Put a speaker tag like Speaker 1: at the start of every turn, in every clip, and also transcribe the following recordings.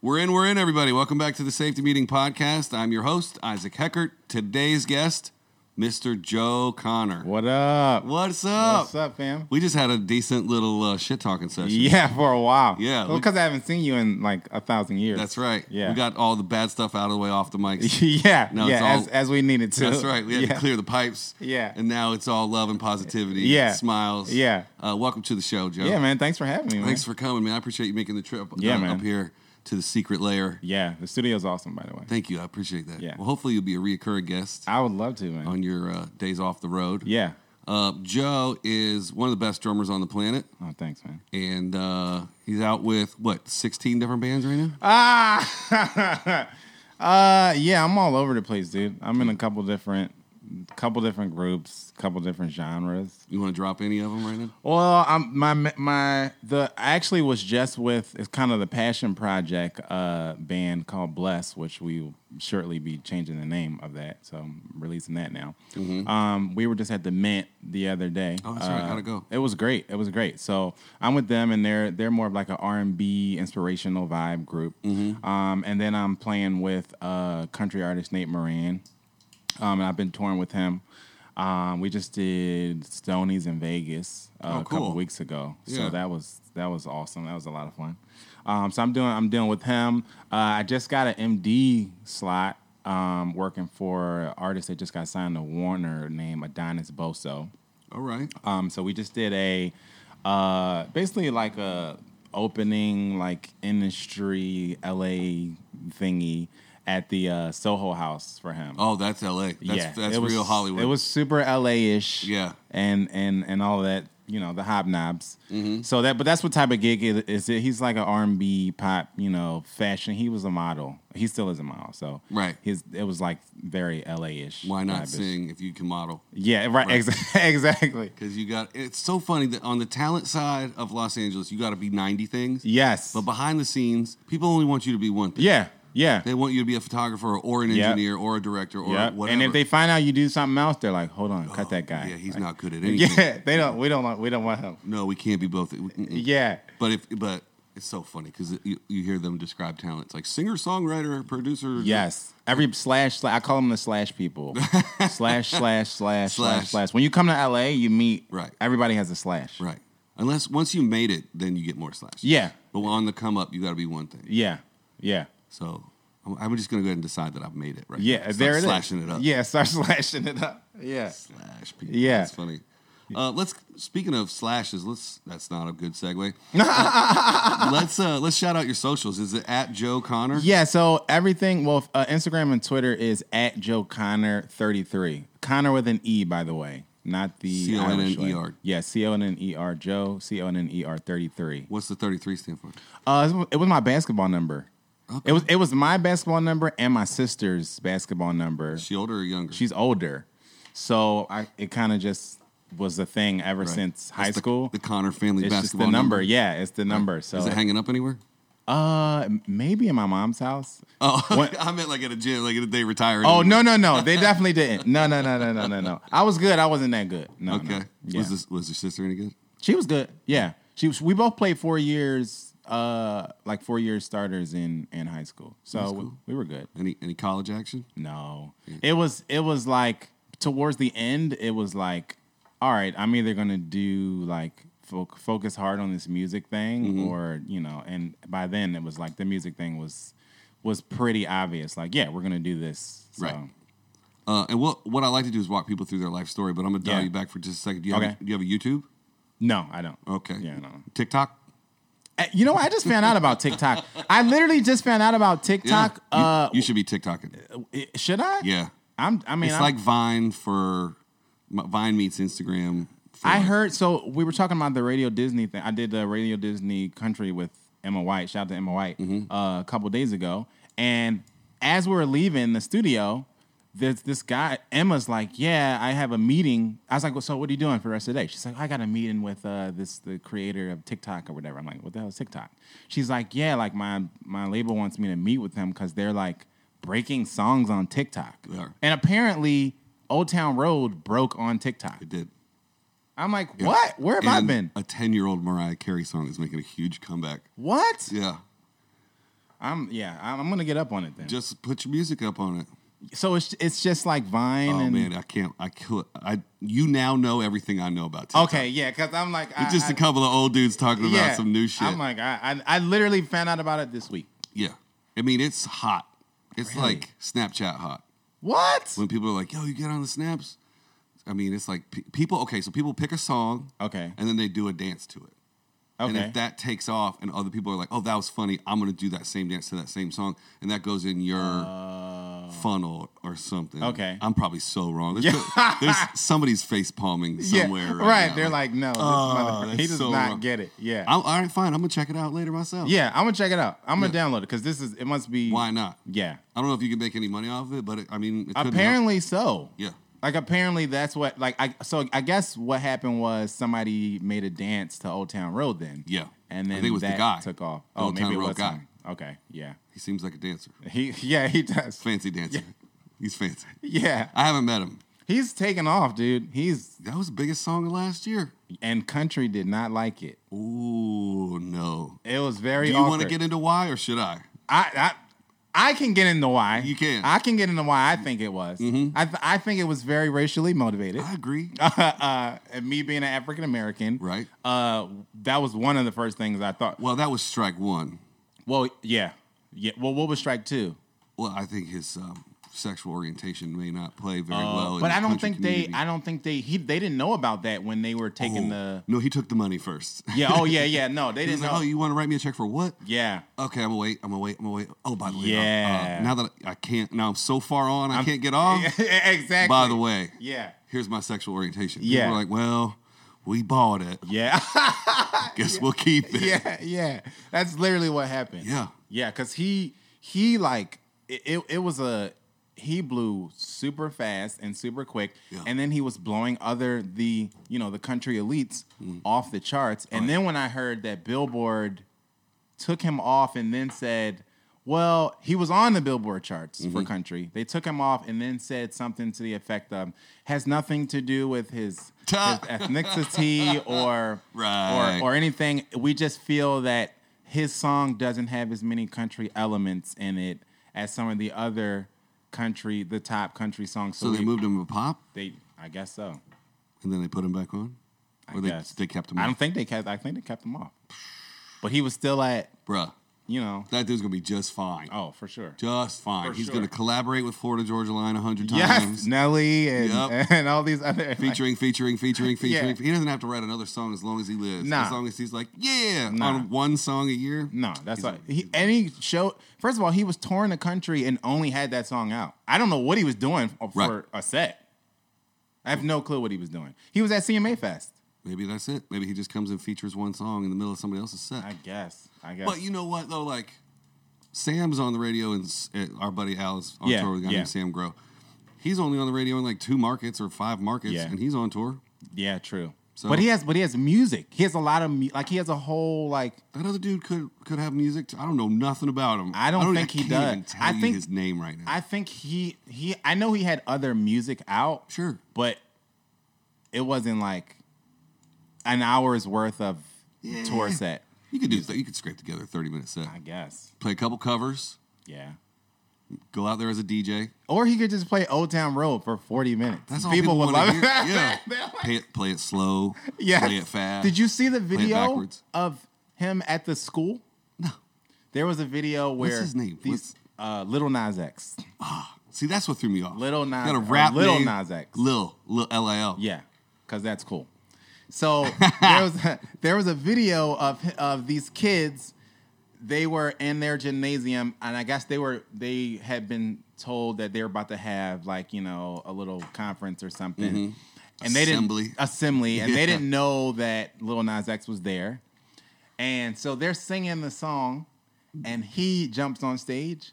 Speaker 1: We're in, we're in, everybody. Welcome back to the Safety Meeting Podcast. I'm your host, Isaac Heckert. Today's guest, Mr. Joe Connor.
Speaker 2: What up?
Speaker 1: What's up?
Speaker 2: What's up, fam?
Speaker 1: We just had a decent little uh, shit talking session.
Speaker 2: Yeah, for a while.
Speaker 1: Yeah, we-
Speaker 2: because I haven't seen you in like a thousand years.
Speaker 1: That's right.
Speaker 2: Yeah.
Speaker 1: We got all the bad stuff out of the way off the mics.
Speaker 2: yeah,
Speaker 1: No, it's
Speaker 2: yeah.
Speaker 1: all-
Speaker 2: as, as we needed to.
Speaker 1: That's right. We had
Speaker 2: yeah.
Speaker 1: to clear the pipes.
Speaker 2: Yeah.
Speaker 1: And now it's all love and positivity.
Speaker 2: Yeah.
Speaker 1: Smiles.
Speaker 2: Yeah.
Speaker 1: Uh, welcome to the show, Joe.
Speaker 2: yeah, man. Thanks for having me. Man.
Speaker 1: Thanks for coming, man. I appreciate you making the trip
Speaker 2: Yeah,
Speaker 1: uh,
Speaker 2: man.
Speaker 1: up here to the secret layer.
Speaker 2: Yeah, the studio's awesome, by the way.
Speaker 1: Thank you. I appreciate that.
Speaker 2: Yeah.
Speaker 1: Well, hopefully you'll be a reoccurring guest
Speaker 2: I would love to, man.
Speaker 1: on your uh, days off the road.
Speaker 2: yeah.
Speaker 1: Uh, Joe is one of the best drummers on the planet,
Speaker 2: Oh, thanks, man.
Speaker 1: and uh, he's out with what sixteen different bands right now.
Speaker 2: Uh, Ah. uh, yeah. I'm all over the place, dude. I'm in a couple different, couple different groups, couple different genres.
Speaker 1: You want to drop any of them right now?
Speaker 2: Well, I'm my my the I actually was just with it's kind of the passion project uh band called Bless, which we will shortly be changing the name of that. So I'm releasing that now. Um, we were just at the Mint the other day.
Speaker 1: Mm-hmm. Oh, that's right.
Speaker 2: Uh,
Speaker 1: Gotta go.
Speaker 2: It was great. It was great. So I'm with them, and they're they're more of like an R&B inspirational vibe group.
Speaker 1: Mm-hmm.
Speaker 2: Um, and then I'm playing with uh country artist Nate Moran. Um, and I've been touring with him. Um, we just did Stonies in Vegas uh,
Speaker 1: Oh,
Speaker 2: a couple
Speaker 1: cool.
Speaker 2: weeks ago,
Speaker 1: Yeah.
Speaker 2: so that was that was awesome. That was a lot of fun. Um, so I'm doing I'm dealing with him. Uh, I just got an MD slot um, working for an artist that just got signed to Warner named Adonis Boso.
Speaker 1: All right.
Speaker 2: Um, so we just did a uh, basically like a opening like industry LA thingy at the uh, Soho House for him.
Speaker 1: Oh, that's L.A. That's, that's
Speaker 2: it was-
Speaker 1: real Hollywood.
Speaker 2: It was super LA-ish.
Speaker 1: Yeah.
Speaker 2: and and and all that. You know the hobnobs.
Speaker 1: Mm-hmm.
Speaker 2: So that, but that's what type of gig it is. It, he's like an R and B pop. You know, fashion. He was a model. He still is a model. So
Speaker 1: Right.
Speaker 2: His it was like very LA-ish.
Speaker 1: Why not
Speaker 2: vibe-ish.
Speaker 1: sing if you can model?
Speaker 2: Yeah. Right. ex- exactly.
Speaker 1: Because you got it's so funny that on the talent side of Los Angeles, you got to be ninety things.
Speaker 2: Yes.
Speaker 1: But behind the scenes, people only want you to be one thing.
Speaker 2: yeah. Yeah.
Speaker 1: They want you to be a photographer or an
Speaker 2: Yeah.
Speaker 1: engineer or a director or
Speaker 2: Yeah.
Speaker 1: whatever. Oh,
Speaker 2: And if they find out you do something else, they're like, "Hold on, cut that guy."
Speaker 1: yeah, he's Mm-hmm.
Speaker 2: Like,
Speaker 1: not good at anything.
Speaker 2: Yeah. They don't. We don't. want- We don't want him.
Speaker 1: No, we can't be both. Mm-mm.
Speaker 2: Yeah.
Speaker 1: But if but it's so funny because you, you hear them describe talents like singer, songwriter, producer.
Speaker 2: Yes. Every slash, slash I call them the slash people. slash, slash, slash,
Speaker 1: Slash.
Speaker 2: slash, slash. When you come to LA, you meet
Speaker 1: Right.
Speaker 2: everybody has a slash.
Speaker 1: right. Unless once you made it, then you get more slash.
Speaker 2: Yeah.
Speaker 1: But on the come up, you got to be one thing.
Speaker 2: Yeah. Yeah.
Speaker 1: So I'm, I'm just gonna go ahead and decide that I've made it. Right.
Speaker 2: Yeah.
Speaker 1: Start
Speaker 2: there it is.
Speaker 1: slashing it up.
Speaker 2: Yeah, start slashing it up. Yeah.
Speaker 1: Slash people.
Speaker 2: Yeah.
Speaker 1: That's funny. Uh, let's speaking of slashes. Let's. That's not a good segue. let's uh, let's shout out your socials. Is it at Joe Connor?
Speaker 2: Yeah, so everything, well, uh, Instagram and Twitter is at Joe Connor33. Connor with an E, by the way, not the
Speaker 1: C O N N E
Speaker 2: Irish way.
Speaker 1: R.
Speaker 2: Yeah, C O N N E R, Joe, C O N N E R 33.
Speaker 1: What's the 33 stand for?
Speaker 2: Uh, it was my basketball number.
Speaker 1: Okay.
Speaker 2: It was it was my basketball number and my sister's basketball number.
Speaker 1: She older or younger?
Speaker 2: She's older, so I it kind of just was a thing ever
Speaker 1: Right.
Speaker 2: since high
Speaker 1: It's the-
Speaker 2: school.
Speaker 1: The, Connor family
Speaker 2: it's just the
Speaker 1: basketball
Speaker 2: number. yeah. It's the number. So
Speaker 1: Is it hanging up anywhere?
Speaker 2: uh, maybe in my mom's house.
Speaker 1: Oh,
Speaker 2: What-
Speaker 1: I meant like at a gym, like they retired.
Speaker 2: Oh no no no! They definitely didn't. No no no no no no no. I was good. I wasn't that good. No.
Speaker 1: Okay.
Speaker 2: No. Yeah.
Speaker 1: Was this was your sister any good?
Speaker 2: She was good. Yeah. She was, we both played four years, uh, like four years starters in in high school. So we, we were good.
Speaker 1: Any any college action?
Speaker 2: No.
Speaker 1: Mm.
Speaker 2: It was it was like towards the end it was like all right, I'm either going to do like fo- focus hard on this music thing
Speaker 1: Mm-hmm.
Speaker 2: or, you know, and by then it was like the music thing was was pretty obvious like yeah, we're going to do this. So,
Speaker 1: Right. Uh, and what what I like to do is walk people through their life story, but I'm gonna dial
Speaker 2: Yeah.
Speaker 1: you back for just a second. Do you have
Speaker 2: Okay.
Speaker 1: a, do you have a YouTube?
Speaker 2: No, I don't.
Speaker 1: Okay.
Speaker 2: Yeah, no.
Speaker 1: TikTok.
Speaker 2: Uh, You know, what? I just found out about TikTok. I literally just found out about TikTok.
Speaker 1: Yeah. You-
Speaker 2: Uh,
Speaker 1: you, should be TikToking.
Speaker 2: it- should I?
Speaker 1: Yeah.
Speaker 2: I'm. I mean,
Speaker 1: It's
Speaker 2: I'm-
Speaker 1: like Vine for Vine meets Instagram. For
Speaker 2: I
Speaker 1: like-
Speaker 2: heard. So we were talking about the Radio Disney thing. I did the Radio Disney Country with Emma White. Shout out to Emma White uh, a couple days ago. And as we were leaving the studio, this this guy Emma's like, "Yeah, I have a meeting." I was like, well, "So what are you doing for the rest of the day?" She's like, "I got a meeting with uh, this the creator of TikTok or whatever." I'm like, "What the hell is TikTok?" She's like, "Yeah, like my my label wants me to meet with him because they're like." Breaking songs on TikTok,
Speaker 1: They are.
Speaker 2: and apparently, Old Town Road broke on TikTok.
Speaker 1: It did.
Speaker 2: I'm like, what? Where have I
Speaker 1: And
Speaker 2: been?
Speaker 1: A ten year old Mariah Carey song is making a huge comeback.
Speaker 2: What?
Speaker 1: Yeah.
Speaker 2: I'm yeah. I'm, I'm gonna get up on it then.
Speaker 1: Just put your music up on it.
Speaker 2: so it's it's just like Vine
Speaker 1: Oh
Speaker 2: and
Speaker 1: man, I can't. I could. I you now know everything I know about TikTok.
Speaker 2: okay, yeah. Because I'm like I,
Speaker 1: It's just
Speaker 2: I-
Speaker 1: a couple of old dudes talking about
Speaker 2: yeah,
Speaker 1: some new shit.
Speaker 2: I'm like I, I I literally found out about it this week.
Speaker 1: yeah, I mean it's hot. It's
Speaker 2: Really?
Speaker 1: like Snapchat hot.
Speaker 2: What?
Speaker 1: When people are like, "Yo, you get on the snaps," I mean it's like pe- people. Okay, so people pick a song,
Speaker 2: Okay.
Speaker 1: and then they do a dance to it. And
Speaker 2: Okay.
Speaker 1: if that takes off, and other people are like, "Oh, that was funny," I'm gonna do that same dance to that same song, and that goes in your funnel or something.
Speaker 2: Oh. Okay.
Speaker 1: I'm probably so wrong. There's,
Speaker 2: Yeah.
Speaker 1: co- there's somebody's face palming somewhere.
Speaker 2: yeah.
Speaker 1: right, now. Oh,
Speaker 2: They're like, no, this motherfucker,
Speaker 1: that's
Speaker 2: he does
Speaker 1: so
Speaker 2: not
Speaker 1: wrong.
Speaker 2: get it. Yeah.
Speaker 1: I'm, all right, fine. I'm gonna check it out later myself.
Speaker 2: yeah. I'm gonna check it out. I'm gonna
Speaker 1: Yeah.
Speaker 2: download it because this is it must be
Speaker 1: Why not?
Speaker 2: Yeah.
Speaker 1: I don't know if you can make any money off of it, but it, I mean, it could help.
Speaker 2: Apparently so.
Speaker 1: Yeah.
Speaker 2: Like apparently that's what like I so I guess what happened was somebody made a dance to Old Town Road then.
Speaker 1: Yeah. I
Speaker 2: And then
Speaker 1: think it was the
Speaker 2: that
Speaker 1: guy.
Speaker 2: took off.
Speaker 1: The
Speaker 2: Oh,
Speaker 1: Old
Speaker 2: maybe
Speaker 1: Town
Speaker 2: it
Speaker 1: Road
Speaker 2: was
Speaker 1: guy.
Speaker 2: him. Okay. Yeah.
Speaker 1: He seems like a dancer,
Speaker 2: He yeah, he does.
Speaker 1: fancy dancer. He's fancy.
Speaker 2: Yeah.
Speaker 1: I haven't met him.
Speaker 2: He's taking off, dude. He's
Speaker 1: That was the biggest song of last year.
Speaker 2: and country did not like it.
Speaker 1: Ooh, no.
Speaker 2: It was very
Speaker 1: Do you want to
Speaker 2: awkward.
Speaker 1: get into why or should I?
Speaker 2: I, I I can get into why.
Speaker 1: You can. Mm-hmm.
Speaker 2: I can get into why I think it was. I, th- I think it was very racially motivated.
Speaker 1: I agree.
Speaker 2: uh, and me being an African American,
Speaker 1: Right.
Speaker 2: Uh, that was one of the first things I thought.
Speaker 1: Well, that was strike one.
Speaker 2: Well, yeah, yeah. Well, what was strike two?
Speaker 1: Well, I think his um, sexual orientation may not play very well. in
Speaker 2: Oh, but
Speaker 1: Oh, the
Speaker 2: I don't
Speaker 1: country
Speaker 2: think
Speaker 1: community. Oh.
Speaker 2: they. I don't think they. He. They didn't know about that when they were taking the.
Speaker 1: No, he took the money first.
Speaker 2: Yeah. Oh yeah. Yeah. No, they
Speaker 1: He's
Speaker 2: didn't
Speaker 1: like,
Speaker 2: know.
Speaker 1: oh, you want to write me a check for what?
Speaker 2: yeah.
Speaker 1: Okay, I'm gonna wait. I'm gonna wait. I'm gonna wait. Oh, by the way, uh,
Speaker 2: Yeah.
Speaker 1: uh, now that I can't, now I'm so far on, I can't get off.
Speaker 2: exactly.
Speaker 1: By the way,
Speaker 2: Yeah.
Speaker 1: here's my sexual orientation.
Speaker 2: Yeah.
Speaker 1: People are like, well, we bought it.
Speaker 2: Yeah.
Speaker 1: Guess we'll keep it.
Speaker 2: yeah, yeah. That's literally what happened.
Speaker 1: Yeah.
Speaker 2: yeah. Because he he like it, it. it was a he blew super fast and super quick,
Speaker 1: Yeah.
Speaker 2: and then he was blowing other the you know the country elites
Speaker 1: Mm.
Speaker 2: off the charts. And then when I heard that Billboard took him off and then said. Well, he was on the Billboard charts
Speaker 1: Mm-hmm.
Speaker 2: for country. They took him off and then said something to the effect of has nothing to do with his, his ethnicity or
Speaker 1: Right.
Speaker 2: or or anything. We just feel that his song doesn't have as many country elements in it as some of the other country, the top country songs.
Speaker 1: So they
Speaker 2: we-
Speaker 1: moved him to pop,
Speaker 2: They, I guess so.
Speaker 1: and then they put him back on,
Speaker 2: I
Speaker 1: or they
Speaker 2: guess.
Speaker 1: they kept him.
Speaker 2: I
Speaker 1: on.
Speaker 2: don't think they kept. I think they kept him off. But he was still at,
Speaker 1: Bruh,
Speaker 2: you know.
Speaker 1: that dude's gonna be just fine.
Speaker 2: Oh, for sure.
Speaker 1: Just fine.
Speaker 2: For
Speaker 1: He's
Speaker 2: sure.
Speaker 1: gonna collaborate with Florida Georgia Line a hundred
Speaker 2: Yes,
Speaker 1: times.
Speaker 2: Nelly and,
Speaker 1: Yep.
Speaker 2: and all these other.
Speaker 1: Featuring, featuring, featuring, featuring.
Speaker 2: Yeah.
Speaker 1: He doesn't have to write another song as long as he lives.
Speaker 2: Nah.
Speaker 1: As long as he's like, yeah,
Speaker 2: Nah.
Speaker 1: on one song a year.
Speaker 2: No, that's
Speaker 1: He's
Speaker 2: like
Speaker 1: a-
Speaker 2: he, and he showed. First of all, he was touring the country and only had that song out. I don't know what he was doing for
Speaker 1: Right.
Speaker 2: a set. I have no clue what he was doing. He was at CMA Fest,
Speaker 1: Maybe that's it. Maybe he just comes and features one song in the middle of somebody else's set.
Speaker 2: I guess. I guess.
Speaker 1: But you know what though, like Sam's on the radio and s- uh, our buddy Al's on
Speaker 2: Yeah,
Speaker 1: tour with a guy
Speaker 2: yeah.
Speaker 1: named Sam Grow. He's only on the radio in like two markets or five markets,
Speaker 2: Yeah.
Speaker 1: and he's on tour.
Speaker 2: yeah, true.
Speaker 1: So-
Speaker 2: but he has, but he has music. He has a lot of mu- like he has a whole like.
Speaker 1: That other dude could could have music. Too. I don't know nothing about him. e,
Speaker 2: I don't think he
Speaker 1: can't
Speaker 2: does.
Speaker 1: Even tell
Speaker 2: I
Speaker 1: you
Speaker 2: think-
Speaker 1: his name right now.
Speaker 2: I think he he. I know he had other music out,
Speaker 1: sure.
Speaker 2: but it wasn't like an hour's worth of tour
Speaker 1: Yeah.
Speaker 2: set.
Speaker 1: You could do that. You could scrape together a thirty minute set.
Speaker 2: I guess.
Speaker 1: Play a couple covers.
Speaker 2: Yeah.
Speaker 1: Go out there as a DJ.
Speaker 2: Or he could just play Old Town Road for 40 minutes.
Speaker 1: That's all
Speaker 2: people, would
Speaker 1: wanna
Speaker 2: love
Speaker 1: hear.
Speaker 2: it.
Speaker 1: Yeah. play it. Play it slow.
Speaker 2: Yes.
Speaker 1: Play it fast.
Speaker 2: Did you see the
Speaker 1: it
Speaker 2: video
Speaker 1: backwards.
Speaker 2: of him at the school?
Speaker 1: No.
Speaker 2: There was a video where
Speaker 1: his name?
Speaker 2: These, uh, Little Nas X.
Speaker 1: See, that's what threw me off.
Speaker 2: Little Nas-
Speaker 1: Got a
Speaker 2: or
Speaker 1: rap
Speaker 2: Lil
Speaker 1: name.
Speaker 2: Nas X.
Speaker 1: Lil. Lil. L I L.
Speaker 2: Yeah, because that's cool. So there was there was a video of of these kids. They were in their gymnasium, and I guess they were they had been told that they were about to have like you know a little conference or something,
Speaker 1: Mm-hmm.
Speaker 2: and they
Speaker 1: Assembly.
Speaker 2: didn't uh, assembly, and
Speaker 1: Yeah.
Speaker 2: they didn't know that Lil Nas X was there, and so they're singing the song, and he jumps on stage.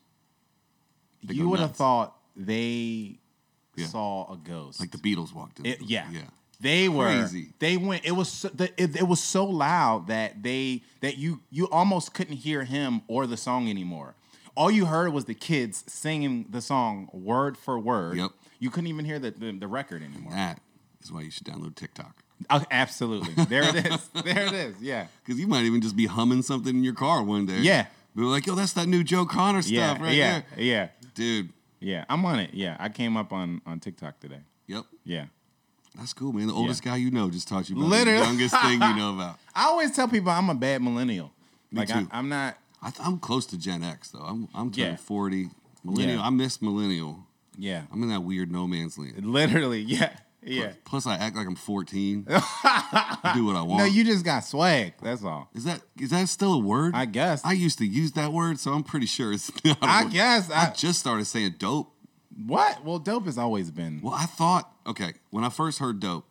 Speaker 1: go
Speaker 2: you would have
Speaker 1: nuts.
Speaker 2: thought they
Speaker 1: Yeah.
Speaker 2: saw a ghost,
Speaker 1: Like the Beatles walked in.
Speaker 2: it- yeah.
Speaker 1: Yeah.
Speaker 2: They were
Speaker 1: Crazy.
Speaker 2: They went. It was so, the, it, it was so loud that they that you you almost couldn't hear him or the song anymore. All you heard was the kids singing the song word for word.
Speaker 1: Yep.
Speaker 2: You couldn't even hear the the, the record anymore.
Speaker 1: That is why you should download TikTok.
Speaker 2: Oh, absolutely. There it is. there it is. Yeah.
Speaker 1: Because you might even just be humming something in your car one day.
Speaker 2: Yeah.
Speaker 1: We were like, yo, that's that new Joe Connor stuff
Speaker 2: yeah,
Speaker 1: right
Speaker 2: yeah,
Speaker 1: there.
Speaker 2: yeah,
Speaker 1: Dude,
Speaker 2: yeah. I'm on it. Yeah, I came up on on TikTok today.
Speaker 1: yep.
Speaker 2: Yeah,
Speaker 1: That's cool, man. The oldest guy you know just taught you about
Speaker 2: Literally.
Speaker 1: the youngest thing you know about.
Speaker 2: I always tell people I'm a bad millennial.
Speaker 1: Me
Speaker 2: like
Speaker 1: too.
Speaker 2: I, I'm not.
Speaker 1: I th- I'm close to Gen X, though. I'm, I'm turning
Speaker 2: Yeah.
Speaker 1: 40. Millennial.
Speaker 2: Yeah.
Speaker 1: I miss millennial.
Speaker 2: Yeah,
Speaker 1: I'm in that weird no man's land.
Speaker 2: literally. Yeah, yeah.
Speaker 1: Plus, I act like I'm 14. do what I want.
Speaker 2: No, you just got swag. That's all.
Speaker 1: Is that is that still a word?
Speaker 2: I guess.
Speaker 1: I used to use that word, so I'm pretty sure it's not. a
Speaker 2: I
Speaker 1: word.
Speaker 2: guess. I,
Speaker 1: I just started saying dope.
Speaker 2: what? Well, dope has always been.
Speaker 1: Well, I thought okay when I first heard dope.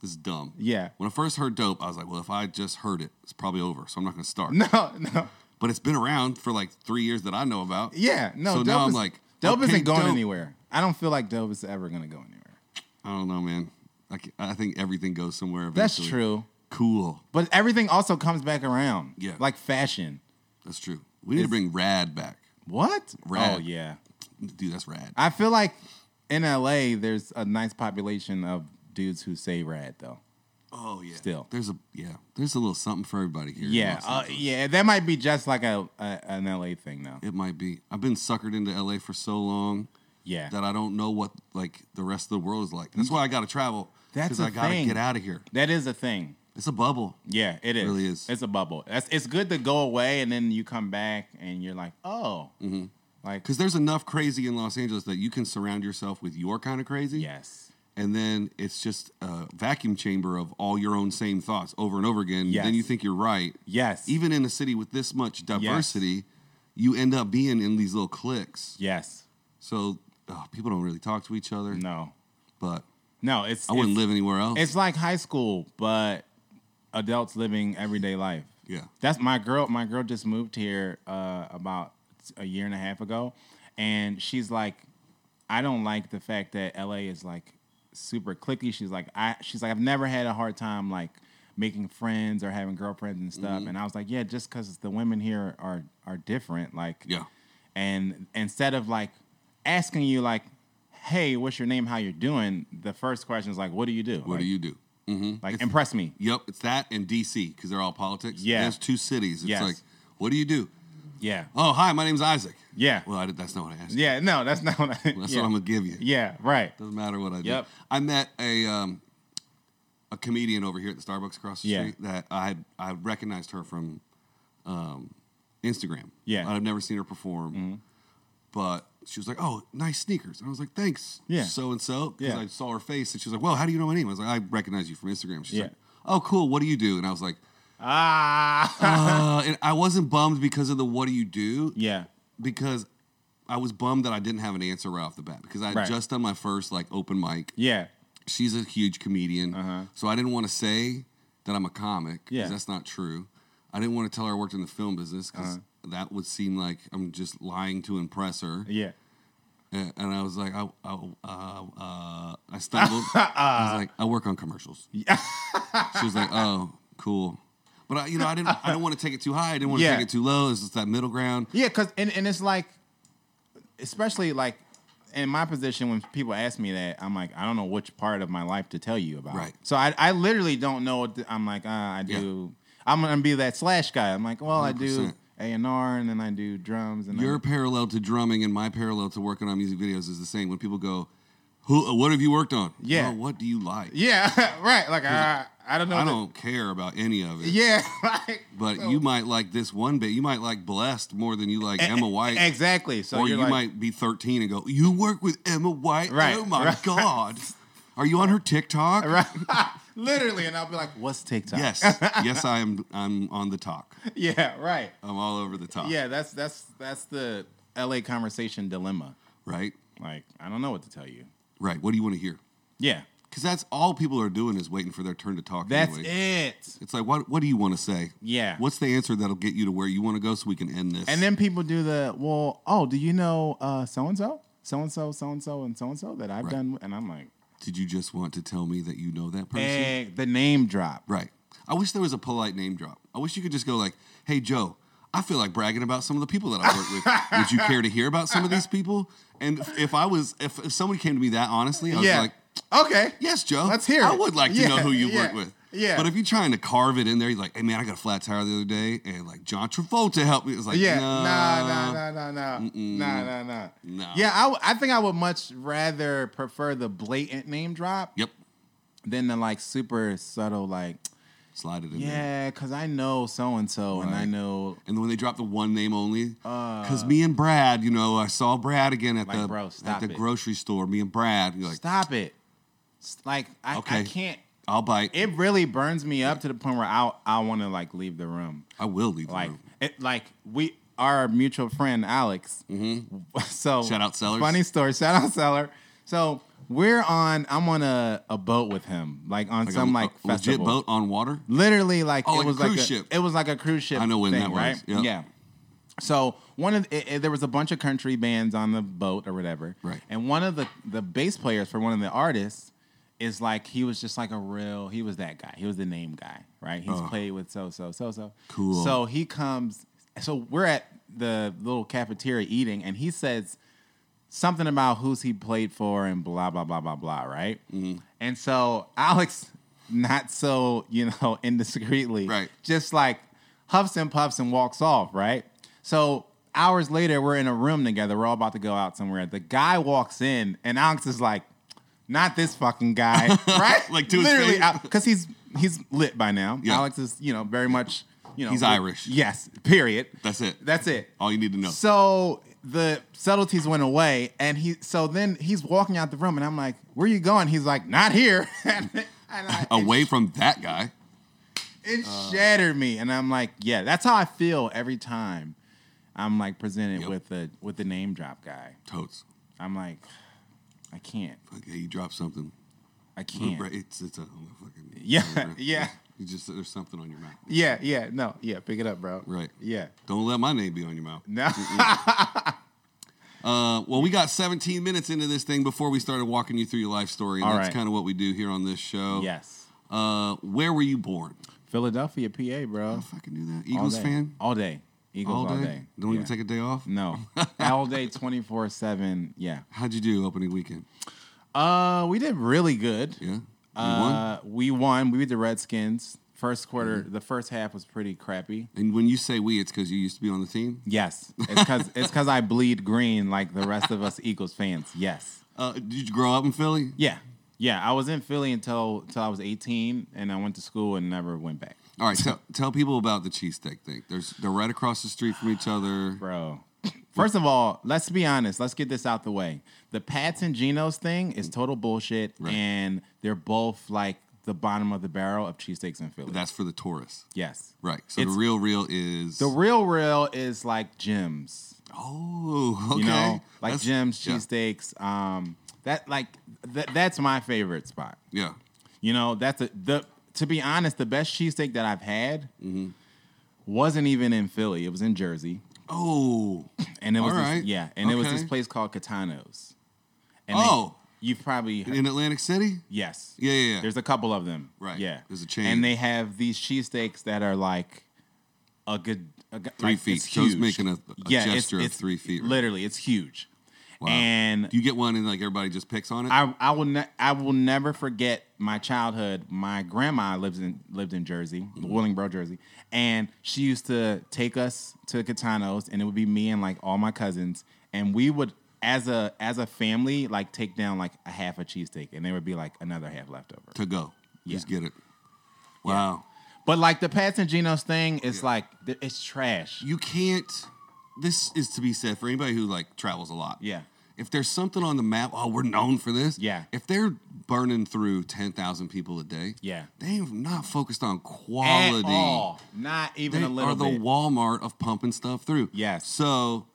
Speaker 1: This is dumb.
Speaker 2: Yeah.
Speaker 1: When I first heard dope, I was like, well, if I just heard it, it's probably over. So I'm not going to start.
Speaker 2: No, no.
Speaker 1: But it's been around for like three years that I know about.
Speaker 2: Yeah, no.
Speaker 1: So
Speaker 2: dope
Speaker 1: now I'm
Speaker 2: is-
Speaker 1: like,
Speaker 2: dope
Speaker 1: okay,
Speaker 2: isn't going
Speaker 1: dope.
Speaker 2: anywhere. I don't feel like dope is ever gonna go anywhere.
Speaker 1: I don't know, man. I, ca- I think everything goes somewhere. Eventually.
Speaker 2: That's true.
Speaker 1: Cool.
Speaker 2: But everything also comes back around.
Speaker 1: Yeah.
Speaker 2: Like fashion.
Speaker 1: That's true. We need to bring rad back.
Speaker 2: What?
Speaker 1: Rad.
Speaker 2: Oh yeah.
Speaker 1: Dude, that's rad.
Speaker 2: I feel like in LA there's a nice population of dudes who say rad though.
Speaker 1: Oh yeah.
Speaker 2: Still.
Speaker 1: there's a yeah. There's a little something for everybody here. in
Speaker 2: Yeah.
Speaker 1: Los
Speaker 2: Uh,
Speaker 1: Angeles.
Speaker 2: yeah. That might be just like a, a an LA thing now.
Speaker 1: It might be. I've been suckered into LA for so long
Speaker 2: Yeah.
Speaker 1: that I don't know what like the rest of the world is like. That's why I got to travel.
Speaker 2: That's
Speaker 1: because
Speaker 2: a
Speaker 1: I gotta
Speaker 2: thing.
Speaker 1: get out of here.
Speaker 2: That is a thing.
Speaker 1: It's a bubble.
Speaker 2: Yeah, it is.
Speaker 1: really is.
Speaker 2: It's a bubble. That's it's good to go away and then you come back and you're like, oh.
Speaker 1: Mm-hmm.
Speaker 2: Like
Speaker 1: Because there's enough crazy in Los Angeles that you can surround yourself with your kind of crazy.
Speaker 2: yes.
Speaker 1: And then it's just a vacuum chamber of all your own same thoughts over and over again.
Speaker 2: Yes.
Speaker 1: Then you think you're right.
Speaker 2: Yes.
Speaker 1: Even in a city with this much diversity, you end up being in these little cliques.
Speaker 2: Yes.
Speaker 1: So oh, people don't really talk to each other.
Speaker 2: No.
Speaker 1: But
Speaker 2: No, it's
Speaker 1: I wouldn't
Speaker 2: it's,
Speaker 1: live anywhere else.
Speaker 2: It's like high school, but adults living everyday life.
Speaker 1: yeah.
Speaker 2: That's my girl. My girl just moved here uh, about a year and a half ago, and she's like, I don't like the fact that LA is like super clicky. She's like, I. She's like, I've never had a hard time like making friends or having girlfriends and stuff.
Speaker 1: Mm-hmm.
Speaker 2: And I was like, yeah, just because the women here are are different. Like,
Speaker 1: Yeah.
Speaker 2: and instead of like asking you like, hey, what's your name? How you doing? The first question is like, what do you do?
Speaker 1: What do you do?
Speaker 2: you like? Impress me.
Speaker 1: Yep, it's that and DC because they're all politics.
Speaker 2: Yeah.
Speaker 1: there's two cities. It's
Speaker 2: Yes.
Speaker 1: like, what do you do?
Speaker 2: Yeah.
Speaker 1: Oh, hi, my name's Isaac.
Speaker 2: Yeah.
Speaker 1: Well, I did, that's not what I asked.
Speaker 2: Yeah, no, that's not what I.
Speaker 1: that's
Speaker 2: yeah.
Speaker 1: what I'm gonna give you.
Speaker 2: Yeah, right.
Speaker 1: Doesn't matter what I do.
Speaker 2: Yep.
Speaker 1: I met a um, a comedian over here at the Starbucks across the
Speaker 2: Yeah.
Speaker 1: street that I had, I recognized her from um, Instagram.
Speaker 2: Yeah. Mm-hmm.
Speaker 1: I've never seen her perform, but she was like, "Oh, nice sneakers," and I was like, "Thanks,
Speaker 2: Yeah.
Speaker 1: so and so." Because
Speaker 2: Yeah.
Speaker 1: I saw her face, and she was like, "Well, how do you know my name?" I was like, "I recognize you from Instagram." She's
Speaker 2: Yeah.
Speaker 1: like, "Oh, cool. What do you do?" And I was like.
Speaker 2: Ah.
Speaker 1: uh, and I wasn't bummed because of the what do you do?
Speaker 2: yeah.
Speaker 1: Because I was bummed that I didn't have an answer right off the bat because I had
Speaker 2: Right.
Speaker 1: just done my first like open mic.
Speaker 2: Yeah.
Speaker 1: She's a huge comedian, so I didn't want to say that I'm a comic because
Speaker 2: Uh-huh. Yeah.
Speaker 1: that's not true. I didn't want to tell her I worked in the film business because that would seem like I'm just lying to impress her.
Speaker 2: Uh-huh. Yeah.
Speaker 1: And and I was like, I, I, uh, uh, I stumbled. I was like, I work on commercials. she was like, oh, cool. But I, you know, I didn't. I don't want to take it too high. I didn't want to
Speaker 2: Yeah.
Speaker 1: take it too low. It's just that middle ground.
Speaker 2: Yeah, cuz and, and it's like especially like in my position when people ask me that, I'm like, I don't know which part of my life to tell you about.
Speaker 1: Right.
Speaker 2: So I I literally don't know what to- I'm like, uh, I do I'm going to be that slash guy. I'm like, well, I do
Speaker 1: 100%.
Speaker 2: A&R and then I do drums and I-
Speaker 1: Your parallel to drumming and my parallel to working on music videos is the same. When people go, "Who? What have you worked on?
Speaker 2: Yeah.
Speaker 1: "Well, what do you like?
Speaker 2: Yeah, right. Like I I don't know.
Speaker 1: I
Speaker 2: the-
Speaker 1: don't care about any of it.
Speaker 2: Yeah, like
Speaker 1: But you might like this one bit. You might like Blessed more than you like Emma White.
Speaker 2: E-, Exactly. So
Speaker 1: or
Speaker 2: you're
Speaker 1: you
Speaker 2: like,
Speaker 1: might be 13 and go, "You work with Emma White?
Speaker 2: Right,
Speaker 1: oh my
Speaker 2: right.
Speaker 1: god! Are you on her TikTok?
Speaker 2: literally and I'll be like, "What's TikTok?"
Speaker 1: Yes, yes, I am. I'm on the talk.
Speaker 2: Yeah, right.
Speaker 1: I'm all over the top.
Speaker 2: Yeah, that's that's that's the LA conversation dilemma.
Speaker 1: right,
Speaker 2: Like, I don't know what to tell you.
Speaker 1: right. What do you want to hear?
Speaker 2: Yeah.
Speaker 1: Because that's all people are doing is waiting for their turn to talk.
Speaker 2: That's
Speaker 1: anyway.
Speaker 2: it.
Speaker 1: It's like, what what do you want to say?
Speaker 2: Yeah.
Speaker 1: What's the answer that'll get you to where you want to go so we can end this?
Speaker 2: And then people do the, "Well, oh, do you know uh so and so? So and so, so and so and so and so that I've
Speaker 1: Right.
Speaker 2: done." And I'm like,
Speaker 1: did you just want to tell me that you know that person?
Speaker 2: "Eh, the name drop."
Speaker 1: Right. I wish there was a polite name drop. I wish you could just go like, "Hey Joe, I feel like bragging about some of the people that I work with. Would you care to hear about some of these people?" And if- if I was, if, if someone came to me that honestly, I was
Speaker 2: Yeah.
Speaker 1: like,
Speaker 2: okay.
Speaker 1: "Yes, Joe,
Speaker 2: Let's hear
Speaker 1: I
Speaker 2: it.
Speaker 1: would like to know
Speaker 2: Yeah,
Speaker 1: who you
Speaker 2: yeah,
Speaker 1: work with."
Speaker 3: Yeah.
Speaker 1: But if you're trying to carve it in there, you're like, hey man, I got a flat tire the other day, and like John Travolta helped me. It's like,
Speaker 3: Yeah,
Speaker 1: nah,
Speaker 3: nah, nah, nah, nah, nah, nah, nah, nah.
Speaker 1: Nah.
Speaker 3: Yeah, I, w- I think I would much rather prefer the blatant name drop
Speaker 1: Yep,
Speaker 2: Then the like super subtle like
Speaker 1: slide it in there.
Speaker 2: yeah, cause I know so and so and I
Speaker 1: Right.
Speaker 2: know
Speaker 1: And then when they dropped the one name only, because me and Brad, you know, I saw Brad again at
Speaker 2: Uh. Like,
Speaker 1: the
Speaker 2: bro,
Speaker 1: at
Speaker 2: stop
Speaker 1: the
Speaker 2: it.
Speaker 1: grocery store. Me and Brad, you're like,
Speaker 2: stop it. S- Like I, I
Speaker 1: Okay.
Speaker 2: can't.
Speaker 1: I'll bite.
Speaker 2: It really burns me up to the point where I I want to like leave the room.
Speaker 1: I will leave. the
Speaker 2: Like
Speaker 1: room.
Speaker 2: it like we our mutual friend Alex. So
Speaker 1: Mm-hmm. Shout out Sellers.
Speaker 2: Funny story. Shout out seller. So we're on. I'm on a, a boat with him. Like on
Speaker 1: Like a-
Speaker 2: some like
Speaker 1: a legit
Speaker 2: festival.
Speaker 1: boat on water.
Speaker 2: Literally, like
Speaker 1: Oh,
Speaker 2: it
Speaker 1: like a
Speaker 2: was like
Speaker 1: cruise
Speaker 2: a,
Speaker 1: ship.
Speaker 2: It was like a cruise ship.
Speaker 1: I know when
Speaker 2: thing,
Speaker 1: that was,
Speaker 2: Right?
Speaker 1: yep.
Speaker 2: Yeah. So one of the, it, it- there was a bunch of country bands on the boat or whatever.
Speaker 1: Right.
Speaker 2: And one of the the bass players for one of the artists is like he was just like a real he was that guy he was the name guy right he's played with so so so so
Speaker 1: Uh-huh. Cool.
Speaker 2: so he comes so we're at the little cafeteria eating and he says something about who's he played for and blah blah blah blah blah, right?
Speaker 1: Mm-hmm.
Speaker 2: And so Alex, not so you know indiscreetly,
Speaker 1: Right.
Speaker 2: Just like huffs and puffs and walks off, right? So hours later, we're in a room together. We're all about to go out somewhere. The guy walks in, and Alex is like, "Not this fucking guy, right?"
Speaker 1: Like, to his face.
Speaker 2: because he's he's lit by now.
Speaker 1: Yeah.
Speaker 2: Alex is you know very much you know
Speaker 1: He's Irish.
Speaker 2: Yes. Period.
Speaker 1: That's it.
Speaker 2: That's it.
Speaker 1: all you need to know.
Speaker 2: So the subtleties went away, and he so then he's walking out the room, and I'm like, "Where you going?" He's like, "Not here." and I,
Speaker 1: Away from that guy.
Speaker 2: it
Speaker 1: Uh.
Speaker 2: shattered me, and I'm like, "Yeah, that's how I feel every time I'm like presented
Speaker 1: Yep.
Speaker 2: with the with the name drop guy.
Speaker 1: Totes.
Speaker 2: I'm like, I can't,
Speaker 1: Okay, you drop something.
Speaker 2: I can't.
Speaker 1: Right, It's it's a fucking
Speaker 2: Yeah, yeah.
Speaker 1: You just there's something on your mouth.
Speaker 2: Yeah, yeah, no, yeah, pick it up, bro.
Speaker 1: Right.
Speaker 2: Yeah,
Speaker 1: Don't let my name be on your mouth.
Speaker 2: no,
Speaker 1: Uh, well, we got 17 minutes into this thing before we started walking you through your life story, and
Speaker 2: All
Speaker 1: that's
Speaker 2: right.
Speaker 1: kind of what we do here on this show.
Speaker 2: yes,
Speaker 1: Uh, where were you born?
Speaker 2: Philadelphia, PA, bro.
Speaker 1: I fucking knew that.
Speaker 2: All
Speaker 1: Eagles
Speaker 2: day.
Speaker 1: fan.
Speaker 2: all day, Eagles all day.
Speaker 1: Don't
Speaker 2: Yeah. Mm.
Speaker 1: even take a day off.
Speaker 2: No. All day 24 7. Yeah.
Speaker 1: How'd you do opening weekend?
Speaker 2: Uh we did really good.
Speaker 1: Yeah. You
Speaker 2: Uh, we won. We beat the Redskins. First quarter, the first half was pretty crappy.
Speaker 1: And when you say we, it's because you used to be on the team.
Speaker 2: Yes. It's cause it's cause I bleed green like the rest of us Eagles fans. Yes.
Speaker 1: Uh, did you grow up in Philly?
Speaker 2: Yeah. Yeah. I was in Philly until until I was 18 and I went to school and never went back.
Speaker 1: All right, tell, tell people about the cheesesteak thing. There's they're right across the street from each other.
Speaker 2: Bro. First of all, let's be honest. Let's get this out the way. The Pats and Geno's thing is total bullshit,
Speaker 1: Right.
Speaker 2: and they're both like the bottom of the barrel of cheesesteaks in Philly.
Speaker 1: That's for the tourists,
Speaker 2: Yes.
Speaker 1: right? So
Speaker 2: It's-
Speaker 1: the real real is
Speaker 2: The real real is like gyms.
Speaker 1: oh okay
Speaker 2: You know, like
Speaker 1: That's-
Speaker 2: gyms,
Speaker 1: yeah,
Speaker 2: cheesesteaks. Um that like th- that's my favorite spot.
Speaker 1: Yeah,
Speaker 2: You know, that's a, the to be honest, the best cheesesteak that I've had
Speaker 1: Mm-hmm.
Speaker 2: wasn't even in Philly. It was in Jersey.
Speaker 1: oh
Speaker 2: And it was
Speaker 1: All
Speaker 2: this-
Speaker 1: right.
Speaker 2: yeah, and it was this
Speaker 1: Okay.
Speaker 2: place called Catano's. And
Speaker 1: Oh.
Speaker 2: they, you've probably heard,
Speaker 1: in Atlantic City.
Speaker 2: yes.
Speaker 1: Yeah, yeah, yeah.
Speaker 2: There's a couple of them.
Speaker 1: Right.
Speaker 2: Yeah.
Speaker 1: There's a chain.
Speaker 2: And they have these cheesesteaks that are like a good a, gu-
Speaker 1: Three
Speaker 2: like,
Speaker 1: feet.
Speaker 2: It's
Speaker 1: So he's
Speaker 2: huge.
Speaker 1: making a- a
Speaker 2: it's-
Speaker 1: gesture of
Speaker 2: it's
Speaker 1: three feet, right?
Speaker 2: Literally, it's huge. And
Speaker 1: Do you get one and like everybody just picks on it?
Speaker 2: I, I will ne- I will never forget my childhood. My grandma lives in lived in Jersey,
Speaker 1: Mm-hmm.
Speaker 2: Willingboro, Jersey, and she used to take us to Catano's, and it would be me and like all my cousins, and we would as a as a family like take down like a half a cheesesteak, and there would be like another half left over.
Speaker 1: to go. Just
Speaker 2: Yeah.
Speaker 1: get it. Wow.
Speaker 2: But like the Pats and Geno's thing is like th- it's trash.
Speaker 1: You can't. This is to be said for anybody who like travels a lot.
Speaker 2: Yeah.
Speaker 1: If there's something on the map, oh, we're known for this.
Speaker 2: Yeah.
Speaker 1: If they're burning through ten thousand people a day,
Speaker 2: Yeah.
Speaker 1: they are not focused on
Speaker 2: At
Speaker 1: quality.
Speaker 2: all, not even
Speaker 1: They
Speaker 2: a little
Speaker 1: are the
Speaker 2: bit.
Speaker 1: Walmart of pumping stuff through.
Speaker 2: Yes.
Speaker 1: So,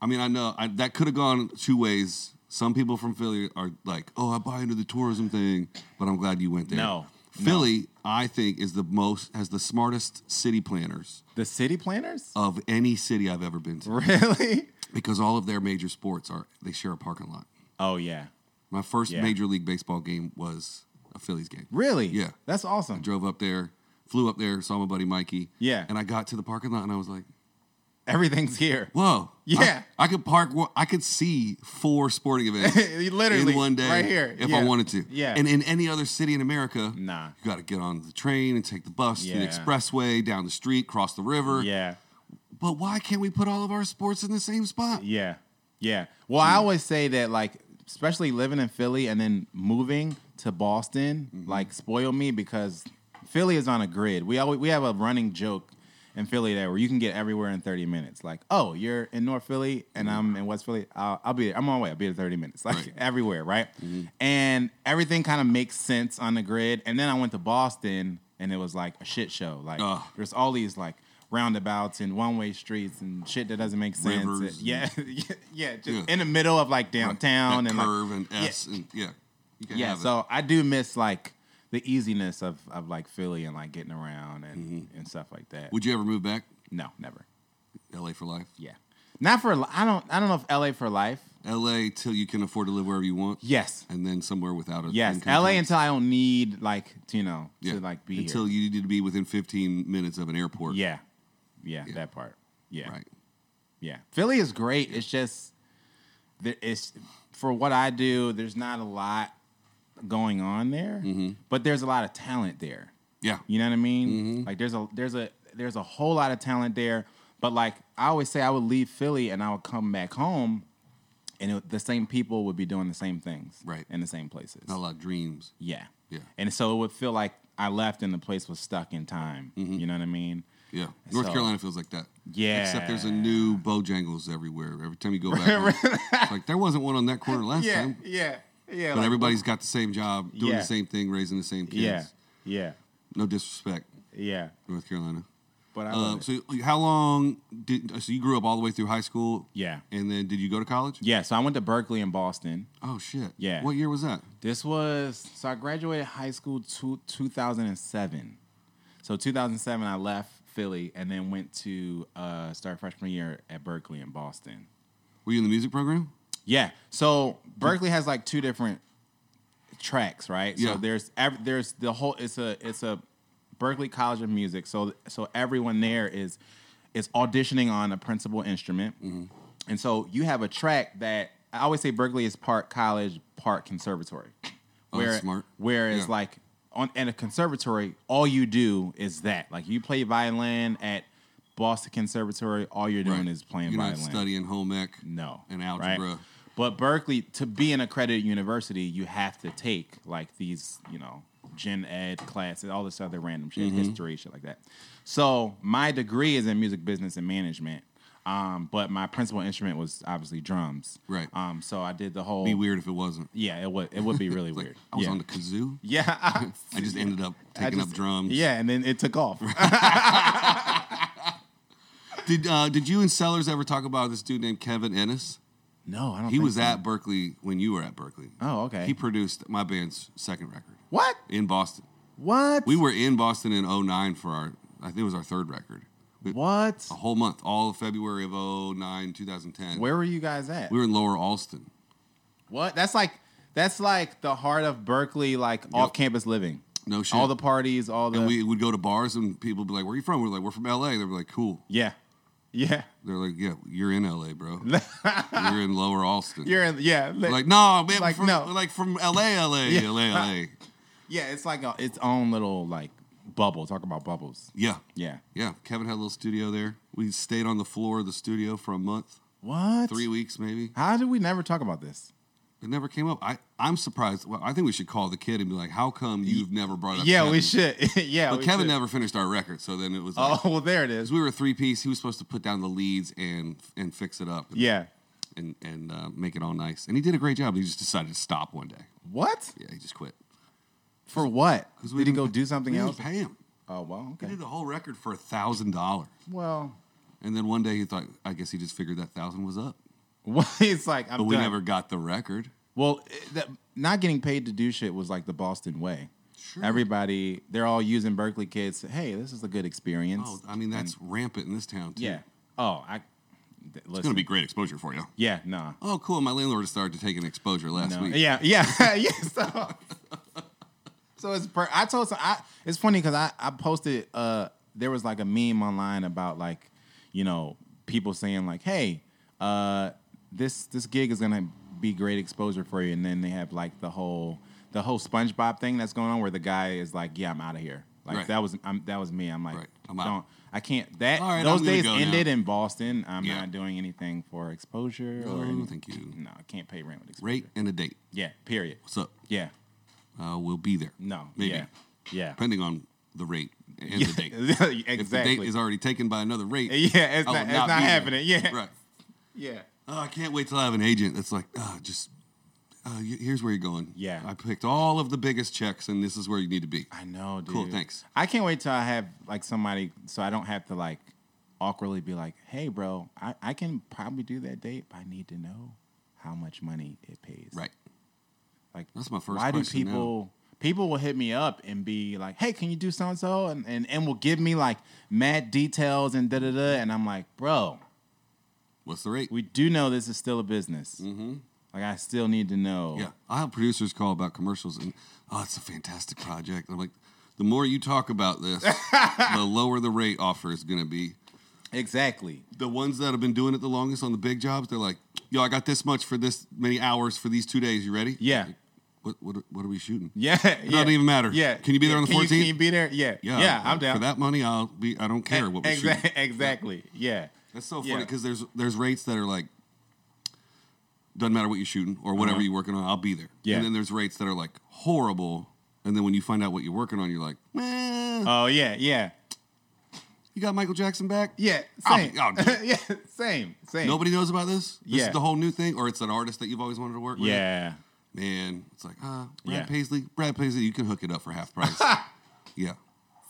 Speaker 1: I mean, I know I, that could have gone two ways. Some people from Philly are like, "Oh, I buy into the tourism thing," but I'm glad you went there.
Speaker 2: No, no.
Speaker 1: Philly, I think, is the most has the smartest city planners
Speaker 2: the city planners,
Speaker 1: of any city I've ever been to
Speaker 2: really?
Speaker 1: because all of their major sports are they share a parking lot.
Speaker 2: Oh yeah,
Speaker 1: My first
Speaker 2: Yeah.
Speaker 1: major league baseball game was a Phillies game.
Speaker 2: really?
Speaker 1: Yeah.
Speaker 2: that's awesome.
Speaker 1: Drove up there, flew up there, saw my buddy Mikey.
Speaker 2: Yeah.
Speaker 1: And I got to the parking lot and I was like,
Speaker 2: Everything's here.
Speaker 1: Whoa.
Speaker 2: Yeah.
Speaker 1: I, I could park. where- I could see four sporting events
Speaker 2: Literally,
Speaker 1: in one day
Speaker 2: right here.
Speaker 1: if
Speaker 2: Yeah.
Speaker 1: I wanted to.
Speaker 2: Yeah.
Speaker 1: And in any other city in America,
Speaker 4: Nah.
Speaker 1: you got to get on the train and take the bus through the
Speaker 4: Yeah.
Speaker 1: expressway, down the street, cross the river.
Speaker 4: Yeah.
Speaker 1: But why can't we put all of our sports in the same spot?
Speaker 4: Yeah.
Speaker 2: Yeah. Well,
Speaker 1: Hmm.
Speaker 2: I always say that, like, especially living in Philly and then moving to Boston,
Speaker 1: Mm-hmm.
Speaker 2: like, spoiled me because Philly is on a grid. We always we have a running joke in Philly there where you can get everywhere in 30 minutes. Like, oh, you're in North Philly and I'm in West Philly. I'll, I'll be there. I'm on my way. I'll be there in 30 minutes. Like,
Speaker 1: Mm-hmm. Right. Mm-hmm.
Speaker 2: everywhere, right? And everything kind of makes sense on the grid. And then I went to Boston and it was like a shit show. Like,
Speaker 1: Ugh.
Speaker 2: there's all these, like, roundabouts and one-way streets and shit that doesn't make sense
Speaker 1: Rivers and-
Speaker 2: yeah yeah, yeah, just
Speaker 1: Yeah.
Speaker 2: in the middle of like
Speaker 1: That
Speaker 2: downtown and like,
Speaker 1: curve and S and yeah. You can't
Speaker 2: yeah.
Speaker 1: have it.
Speaker 2: So I do miss like the easiness of of like Philly and like getting around and and stuff like that.
Speaker 1: Mm-hmm. Would you ever move back?
Speaker 2: no, never.
Speaker 1: LA for life.
Speaker 2: Yeah, not for. li- I don't. I don't know if L.A. for life.
Speaker 1: LA till you can afford to live wherever you want.
Speaker 2: Yes,
Speaker 1: And then somewhere without a
Speaker 2: yes.
Speaker 1: income
Speaker 2: L.A.
Speaker 1: tax.
Speaker 2: until I don't need like to, you know to like be
Speaker 1: until
Speaker 2: here.
Speaker 1: you need to be within 15 minutes of an airport.
Speaker 2: Yeah. yeah, That part. Yeah,
Speaker 1: Right.
Speaker 2: yeah. Philly is great. It's just there- it's for what I do. There's not a lot going on there, but there's a lot of talent there.
Speaker 1: Yeah.
Speaker 2: You know what I mean? Like there's a there's a there's a whole lot of talent there, but like I always say, I would leave Philly and I would come back home, and it, the same people would be doing the same things,
Speaker 1: Right.
Speaker 2: in the same places.
Speaker 1: Not a lot of dreams.
Speaker 2: Yeah,
Speaker 1: Yeah.
Speaker 2: And so it would feel like I left and the place was stuck in time. You know what I mean?
Speaker 1: Yeah. North
Speaker 2: So-
Speaker 1: Carolina feels like that.
Speaker 2: Yeah.
Speaker 1: Except there's a new Bojangles everywhere. Every time you go back, home, it's like there wasn't one on that corner last time.
Speaker 2: yeah, yeah.
Speaker 1: But everybody's got the same job, doing
Speaker 2: Yeah.
Speaker 1: the same thing, raising the same kids.
Speaker 2: yeah, yeah,
Speaker 1: No disrespect,
Speaker 2: yeah.
Speaker 1: North Carolina.
Speaker 2: But I
Speaker 1: Uh,
Speaker 2: love it.
Speaker 1: so how long did so you grew up all the way through high school?
Speaker 2: Yeah.
Speaker 1: And then did you go to college?
Speaker 2: yeah. So I went to Berkeley in Boston.
Speaker 1: Oh shit.
Speaker 2: Yeah.
Speaker 1: What year was that?
Speaker 2: This was so I graduated high school two, 2007. So 2007 I left Philly and then went to uh, start freshman year at Berkeley in Boston.
Speaker 1: Were you in the music program?
Speaker 2: Yeah. So Berkeley has like two different tracks, right?
Speaker 1: Yeah.
Speaker 2: So there's ev- there's the whole it's a it's a Berkeley College of Music. So so everyone there is is auditioning on a principal instrument.
Speaker 1: Mm-hmm.
Speaker 2: And so you have a track that I always say Berkeley is part college, part conservatory.
Speaker 1: Oh, that's smart.
Speaker 2: Whereas
Speaker 1: Yeah.
Speaker 2: like on at a conservatory, all you do is that. Like you play violin at Boston Conservatory, all you're doing
Speaker 1: Right.
Speaker 2: is playing
Speaker 1: You're
Speaker 2: violin.
Speaker 1: not studying home ec.
Speaker 2: No.
Speaker 1: And
Speaker 2: right?
Speaker 1: algebra.
Speaker 2: But Berkeley, to be an accredited university, you have to take like these, you know, gen ed classes, all this other random shit,
Speaker 1: Mm-hmm.
Speaker 2: history, shit like that. So my degree is in music business and management. Um, but my principal instrument was obviously drums.
Speaker 1: Right.
Speaker 2: Um, so I did the whole
Speaker 1: Be weird if it wasn't.
Speaker 2: Yeah, it would it would be really
Speaker 1: Like,
Speaker 2: weird.
Speaker 1: I was
Speaker 2: yeah.
Speaker 1: on the kazoo.
Speaker 2: yeah, I-
Speaker 1: I just ended up taking up
Speaker 2: just-
Speaker 1: drums.
Speaker 2: Yeah, and then it took off.
Speaker 1: Did uh, did you and Sellers ever talk about this dude named Kevin Ennis?
Speaker 2: no, I don't.
Speaker 1: He
Speaker 2: think
Speaker 1: was
Speaker 2: so.
Speaker 1: at Berkeley when you were at Berkeley.
Speaker 2: Oh, okay.
Speaker 1: He produced my band's second record
Speaker 2: what?
Speaker 1: in Boston.
Speaker 2: What?
Speaker 1: We were in Boston in 09 for our I think it was our third record. We-
Speaker 2: what?
Speaker 1: A whole month, all of February of 09, 2010.
Speaker 2: Where were you guys at?
Speaker 1: We were in Lower Alston.
Speaker 2: What? That's like that's like the heart of Berkeley, like off campus living.
Speaker 1: No shit.
Speaker 2: All the parties, all the
Speaker 1: and we would go to bars and people would be like, Where are you from? We're like, We're from LA. They were like, Cool.
Speaker 2: yeah, yeah.
Speaker 1: They're like, Yeah, you're in LA, bro. you're in Lower Alston.
Speaker 2: You're in yeah, li-
Speaker 1: We're like, no, man,
Speaker 2: Like,
Speaker 1: from,
Speaker 2: no.
Speaker 1: we're like from LA, LA,
Speaker 2: Yeah.
Speaker 1: LA, LA.
Speaker 2: yeah. It's like a, its own little like bubble. Talk about bubbles.
Speaker 1: Yeah.
Speaker 2: Yeah.
Speaker 1: Yeah. Kevin had a little studio there. We stayed on the floor of the studio for a month,
Speaker 2: What?
Speaker 1: three weeks maybe.
Speaker 2: How did we never talk about this?
Speaker 1: It never came up. I, I'm surprised. Well, I think we should call the kid and be like, how come you've never brought up
Speaker 2: yeah,
Speaker 1: Uh, Kevin?
Speaker 2: we should. yeah,
Speaker 1: But
Speaker 2: we
Speaker 1: Kevin
Speaker 2: should.
Speaker 1: never finished our record, so then it was like,
Speaker 2: Oh well, there it is.
Speaker 1: because we were a three piece, he was supposed to put down the leads and and fix it up and
Speaker 2: Yeah.
Speaker 1: and, and uh, make it all nice. And he did a great job. He just decided to stop one day.
Speaker 2: What?
Speaker 1: Yeah, he just quit.
Speaker 2: For what?
Speaker 1: 'Cause we
Speaker 2: Did he
Speaker 1: didn't
Speaker 2: go
Speaker 1: pay-
Speaker 2: do something
Speaker 1: we didn't
Speaker 2: else?
Speaker 1: Pay him.
Speaker 2: Oh well,
Speaker 1: He
Speaker 2: okay.
Speaker 1: did the whole record for a thousand dollars.
Speaker 2: Well,
Speaker 1: And then one day he thought, I guess he just figured that thousand was up.
Speaker 2: well, it's like I'm
Speaker 1: But we
Speaker 2: done.
Speaker 1: never got the record.
Speaker 2: Well, it- that, not getting paid to do shit was like the Boston way.
Speaker 1: Sure.
Speaker 2: Everybody, they're all using Berkeley kids. Hey, this is a good experience.
Speaker 1: Oh, I mean that's rampant in this town too.
Speaker 2: yeah. Oh, I. th-
Speaker 1: it's
Speaker 2: listen.
Speaker 1: gonna be great exposure for you.
Speaker 2: Yeah. Nah.
Speaker 1: Oh, cool. My landlord started taking exposure last
Speaker 2: No.
Speaker 1: week.
Speaker 2: Yeah. Yeah. yeah. So, so it's. Per- I told. Some, I. It's funny because I I posted. Uh, there was like a meme online about like, you know, people saying like, "Hey, uh, this this gig is gonna be great exposure for you," and then they have like the whole the whole SpongeBob thing that's going on where the guy is like, "Yeah, I'm out of here." Like
Speaker 1: Right.
Speaker 2: that was I'm, that was me. I'm like,
Speaker 1: Right. I'm out.
Speaker 2: don't. I can't. That
Speaker 1: All right,
Speaker 2: those
Speaker 1: I'm gonna
Speaker 2: days
Speaker 1: go now.
Speaker 2: ended in Boston. I'm
Speaker 1: Yeah.
Speaker 2: not doing anything for exposure or
Speaker 1: Oh,
Speaker 2: anything.
Speaker 1: thank you.
Speaker 2: No, I can't pay rent with exposure.
Speaker 1: Rate and a date.
Speaker 2: Yeah. Period.
Speaker 1: What's up?
Speaker 2: Yeah.
Speaker 1: Uh, we'll be there.
Speaker 2: No.
Speaker 1: Maybe.
Speaker 2: Yeah. Yeah.
Speaker 1: Depending on the rate and the date.
Speaker 2: exactly.
Speaker 1: If the date is already taken by another rate,
Speaker 2: Yeah, it's
Speaker 1: I will
Speaker 2: not- it's
Speaker 1: be
Speaker 2: not
Speaker 1: there.
Speaker 2: happening. Yeah.
Speaker 1: Right.
Speaker 2: yeah.
Speaker 1: Oh, I can't wait till I have an agent that's like, oh, just uh, y- here's where you're going.
Speaker 2: Yeah.
Speaker 1: I picked all of the biggest checks, and this is where you need to be.
Speaker 2: I know, dude.
Speaker 1: Cool, thanks.
Speaker 2: I can't wait till I have like somebody, so I don't have to like awkwardly be like, "Hey, bro, I, I can probably do that date, but I need to know how much money it pays."
Speaker 1: Right.
Speaker 2: Like
Speaker 1: That's my first
Speaker 2: Why do
Speaker 1: question now.
Speaker 2: people? People will hit me up and be like, "Hey, can you do so and so?" and and will give me like mad details and da da da, and I'm like, "Bro,
Speaker 1: What's the rate?
Speaker 2: we do know this is still a business. Mm-hmm. Like, I still need to know."
Speaker 1: yeah. I have producers call about commercials, and oh, it's a fantastic project. I'm like, the more you talk about this, the lower the rate offer is going to be.
Speaker 2: exactly.
Speaker 1: The ones that have been doing it the longest on the big jobs, they're like, yo, I got this much for this many hours for these two days. You ready?
Speaker 2: Yeah.
Speaker 1: Like, what, what, what are we shooting?
Speaker 2: Yeah, it
Speaker 1: doesn't even matter.
Speaker 2: Yeah,
Speaker 1: Can you be there on the
Speaker 2: Can you,
Speaker 1: 14th?
Speaker 2: be there? Yeah, yeah, I'm
Speaker 1: like,
Speaker 2: down E,
Speaker 1: For that money, I'll be, I don't care what we're shooting.
Speaker 2: exactly, exactly. Yeah,
Speaker 1: That's so
Speaker 2: Yeah.
Speaker 1: funny because there's there's rates that are like doesn't matter what you're shooting or whatever
Speaker 2: Uh-huh.
Speaker 1: you're working on, I'll be there.
Speaker 2: Yeah.
Speaker 1: And then there's rates that are like horrible, and then when you find out what you're working on, you're like, man,
Speaker 2: Oh yeah, yeah,
Speaker 1: you got Michael Jackson back.
Speaker 2: yeah.
Speaker 1: I'll
Speaker 2: Same.
Speaker 1: be- I'll do it.
Speaker 2: yeah, same, same.
Speaker 1: Nobody knows about this. This
Speaker 2: Yeah.
Speaker 1: is the whole new thing, or it's an artist that you've always wanted to work with.
Speaker 2: Yeah,
Speaker 1: Man, it's like ah, Brad
Speaker 2: Yeah.
Speaker 1: Paisley. Brad Paisley, you can hook it up for half price. yeah.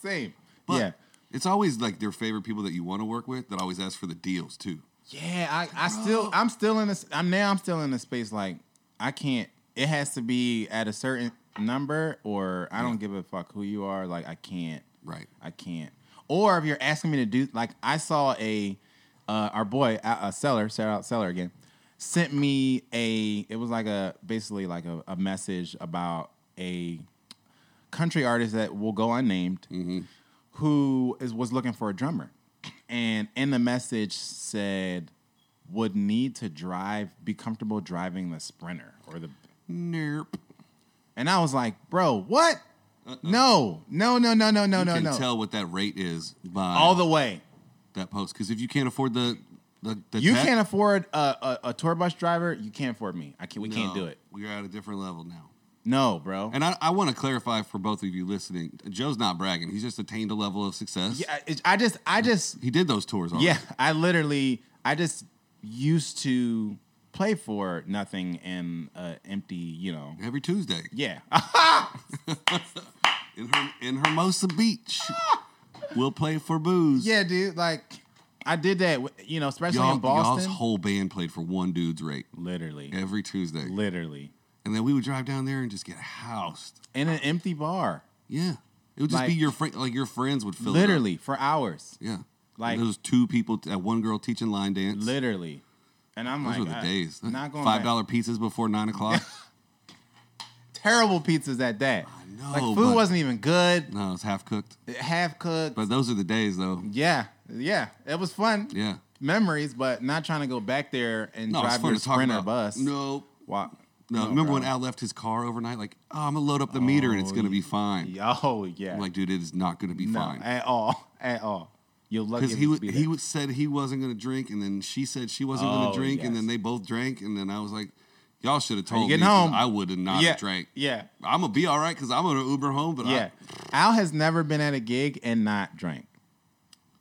Speaker 2: same.
Speaker 1: But
Speaker 2: yeah,
Speaker 1: It's always like their favorite people that you want to work with that always ask for the deals too.
Speaker 2: yeah. I, I still, I'm still in this. I'm now. I'm still in a space like I can't. It has to be at a certain number, or I don't give a fuck who you are. Like I can't.
Speaker 1: Right.
Speaker 2: I can't. Or if you're asking me to do like I saw a uh, our boy a, a seller shout out seller again sent me a it was like a basically like a, a message about a country artist that will go unnamed
Speaker 1: Mm-hmm.
Speaker 2: who is was looking for a drummer and in the message said would need to drive be comfortable driving the sprinter or the
Speaker 1: Nope.
Speaker 2: and I was like bro what no no no no no no
Speaker 1: Uh-uh. you
Speaker 2: no
Speaker 1: can
Speaker 2: no
Speaker 1: tell what that rate is by
Speaker 2: all the way.
Speaker 1: that post because if you can't afford the the, the
Speaker 2: You
Speaker 1: tech-
Speaker 2: can't afford a, a, a tour bus driver. You can't afford me. I can't. We can't
Speaker 1: No,
Speaker 2: do it.
Speaker 1: We're at a different level now.
Speaker 2: No, bro.
Speaker 1: And I, I want to clarify for both of you listening. Joe's not bragging. He's just attained a level of success.
Speaker 2: yeah, I- I just, I just,
Speaker 1: He did those tours already.
Speaker 2: yeah, I literally, I just used to play for nothing in an empty, you know.
Speaker 1: Every Tuesday
Speaker 2: Yeah,
Speaker 1: in her in Hermosa Beach. we'll play for booze.
Speaker 2: yeah, dude. Like, I did that, with- you know, especially
Speaker 1: Y'all,
Speaker 2: in Boston.
Speaker 1: y'all's whole band played for one dude's rate
Speaker 2: literally,
Speaker 1: every Tuesday,
Speaker 2: literally,
Speaker 1: and then we would drive down there and just get housed.
Speaker 2: in an empty bar,
Speaker 1: Yeah, it would just
Speaker 2: Like-
Speaker 1: be your friend, like your friends would fill. it up.
Speaker 2: literally for hours,
Speaker 1: yeah.
Speaker 2: Like-
Speaker 1: those two people, that one girl teaching line dance.
Speaker 2: literally. And I'm
Speaker 1: Those
Speaker 2: like,
Speaker 1: were the
Speaker 2: I-
Speaker 1: days.
Speaker 2: Not going
Speaker 1: Five
Speaker 2: back.
Speaker 1: dollar pizzas before nine o'clock.
Speaker 2: terrible pizzas at that.
Speaker 1: I know,
Speaker 2: like food
Speaker 1: but-
Speaker 2: wasn't even good,
Speaker 1: no, it's half cooked.
Speaker 2: half cooked.
Speaker 1: But those are the days, though.
Speaker 2: yeah, yeah, it was fun.
Speaker 1: Yeah.
Speaker 2: Memories, but not trying to go back there and
Speaker 1: No, it's
Speaker 2: drive
Speaker 1: fun
Speaker 2: your
Speaker 1: to talk
Speaker 2: sprinter
Speaker 1: about.
Speaker 2: bus.
Speaker 1: No,
Speaker 2: Why-
Speaker 1: no. Remember when
Speaker 2: bro.
Speaker 1: Al left his car overnight? Like, oh, I'm gonna load up the meter and it's gonna be fine.
Speaker 2: Oh yeah,
Speaker 1: I'm like, dude, it is not gonna be
Speaker 2: no,
Speaker 1: fine.
Speaker 2: at all, at all. You're lucky
Speaker 1: Because
Speaker 2: if
Speaker 1: he
Speaker 2: you
Speaker 1: was,
Speaker 2: be
Speaker 1: he
Speaker 2: there.
Speaker 1: was, said he wasn't gonna drink, and then she said she wasn't
Speaker 2: Oh,
Speaker 1: gonna drink, and then
Speaker 2: yes.
Speaker 1: they both drank, and then I was like, y'all should have
Speaker 2: you
Speaker 1: told me.
Speaker 2: getting
Speaker 1: 'cause
Speaker 2: home?
Speaker 1: I would have not
Speaker 2: yeah,
Speaker 1: drank.
Speaker 2: Yeah,
Speaker 1: I'm gonna be all right because I'm gonna Uber home. But
Speaker 2: yeah.
Speaker 1: yeah.
Speaker 2: Al has never been at a gig and not drank.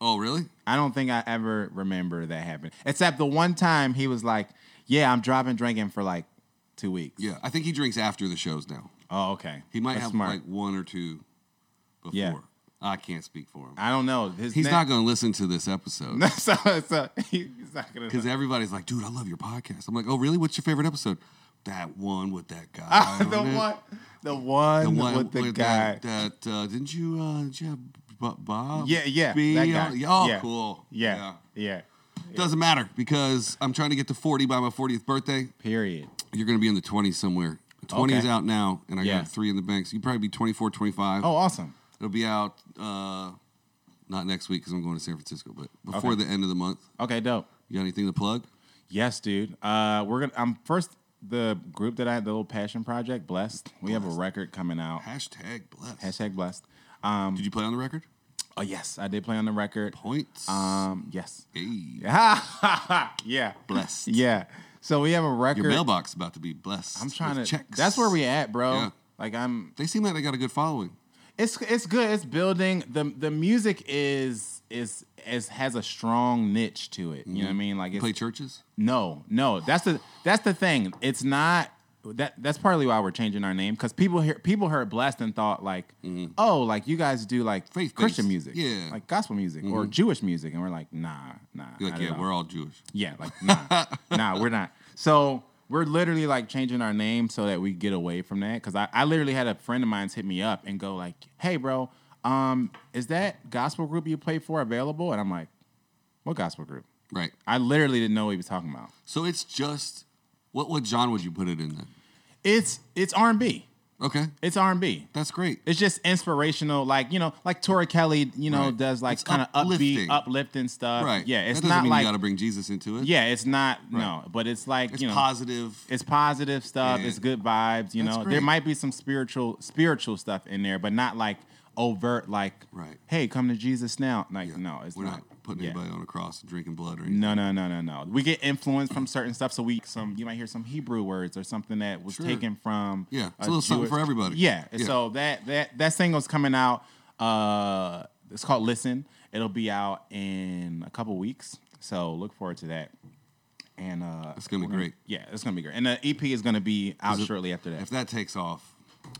Speaker 1: oh really?
Speaker 2: I don't think I ever remember that happened, except the one time he was like, "Yeah, I'm dropping drinking for like two weeks."
Speaker 1: Yeah, I think he drinks after the shows now.
Speaker 2: Oh, okay.
Speaker 1: He might
Speaker 2: That's
Speaker 1: have
Speaker 2: smart.
Speaker 1: like one or two before.
Speaker 2: Yeah.
Speaker 1: I can't speak for him.
Speaker 2: I don't know. His
Speaker 1: He's
Speaker 2: na-
Speaker 1: not going to listen to this episode
Speaker 2: so, so he's not gonna.
Speaker 1: because everybody's like, "Dude, I love your podcast." I'm like, "Oh, really? What's your favorite episode?" That one with that guy.
Speaker 2: the
Speaker 1: on it.
Speaker 2: one, the one,
Speaker 1: Mm-hmm. The one
Speaker 2: with the guy.
Speaker 1: that- That, uh, didn't you? Uh, did you have B- Bob?
Speaker 2: yeah, yeah,
Speaker 1: B
Speaker 2: that guy.
Speaker 1: on- Oh,
Speaker 2: yeah.
Speaker 1: cool.
Speaker 2: Yeah, yeah,
Speaker 1: Doesn't matter because I'm trying to get to 40 by my 40th birthday.
Speaker 2: Period.
Speaker 1: You're going to be in the 20s somewhere. 20 is
Speaker 2: Okay.
Speaker 1: out now, and I
Speaker 2: Yeah.
Speaker 1: got three in the bank. So you'd probably be 24, 25.
Speaker 2: Oh, awesome.
Speaker 1: It'll be out uh, Not next week because I'm going to San Francisco, but before the end of the month.
Speaker 2: Okay, dope.
Speaker 1: You got anything to plug?
Speaker 2: Yes, dude. Uh, we're gonna. I'm first. The group that I the little passion project, blessed. We have a record coming out.
Speaker 1: Hashtag blessed.
Speaker 2: Hashtag blessed. Um,
Speaker 1: Did you play on the record?
Speaker 2: oh yes, I did play on the record.
Speaker 1: Points.
Speaker 2: Um, yes.
Speaker 1: hey,
Speaker 2: Yeah.
Speaker 1: blessed.
Speaker 2: Yeah. So we have a record.
Speaker 1: Your mailbox about to be blessed.
Speaker 2: I'm trying to.
Speaker 1: with checks.
Speaker 2: That's where we at, bro.
Speaker 1: Yeah.
Speaker 2: Like I'm.
Speaker 1: They seem like they got a good following.
Speaker 2: It's it's good. It's building. the The music is is is has a strong niche to it. You know what I mean? Like it's,
Speaker 1: Mm-hmm. Play churches.
Speaker 2: No, no. That's the that's the thing. It's not that that's partly why we're changing our name because people hear people heard blessed and thought like, oh, like you guys do like
Speaker 1: Mm-hmm. Faith-based.
Speaker 2: Christian music,
Speaker 1: Yeah. Mm-hmm.
Speaker 2: like gospel music or Jewish music, and we're like, nah, nah,
Speaker 1: You're like,
Speaker 2: not at
Speaker 1: yeah,
Speaker 2: all.
Speaker 1: we're all Jewish.
Speaker 2: yeah, like nah, nah, we're not. So we're literally like changing our name so that we get away from that because I, I literally had a friend of mine's hit me up and go like, hey, bro, um, is that gospel group you play for available? And I'm like, what gospel group?
Speaker 1: Right.
Speaker 2: I literally didn't know what he was talking about.
Speaker 1: So it's just what what genre would you put it in then?
Speaker 2: It's it's R and B.
Speaker 1: Okay,
Speaker 2: It's R and B.
Speaker 1: that's great.
Speaker 2: It's just inspirational, like you know, like Tori Kelly, you know,
Speaker 1: Right.
Speaker 2: does like
Speaker 1: It's
Speaker 2: kind of upbeat,
Speaker 1: uplifting.
Speaker 2: uplifting stuff.
Speaker 1: right.
Speaker 2: uh, Yeah, it's
Speaker 1: that doesn't
Speaker 2: not
Speaker 1: mean
Speaker 2: like
Speaker 1: you got to bring Jesus into it.
Speaker 2: yeah, it's not no, but it's like
Speaker 1: it's
Speaker 2: you know,
Speaker 1: positive.
Speaker 2: it's positive stuff.
Speaker 1: Yeah.
Speaker 2: It's good vibes. You
Speaker 1: That's
Speaker 2: know, there
Speaker 1: great.
Speaker 2: might be some spiritual spiritual stuff in there, but not like overt, like
Speaker 1: Right.
Speaker 2: hey, come to Jesus now. Like
Speaker 1: Yeah.
Speaker 2: no, it's
Speaker 1: we're not, putting
Speaker 2: yeah.
Speaker 1: anybody on a cross and drinking blood or anything.
Speaker 2: No, no, no, no, no. We get influence from certain stuff, so we some you might hear some Hebrew words or something that was
Speaker 1: Sure.
Speaker 2: taken from.
Speaker 1: Yeah, it's a little something for everybody.
Speaker 2: Yeah.
Speaker 1: Yeah.
Speaker 2: So that that that single's coming out. Uh, it's called Listen. It'll be out in a couple weeks, so look forward to that. And uh,
Speaker 1: It's gonna be
Speaker 2: we're gonna-
Speaker 1: great.
Speaker 2: Yeah, it's gonna be great. And the EP is gonna be out shortly after that.
Speaker 1: If that takes off,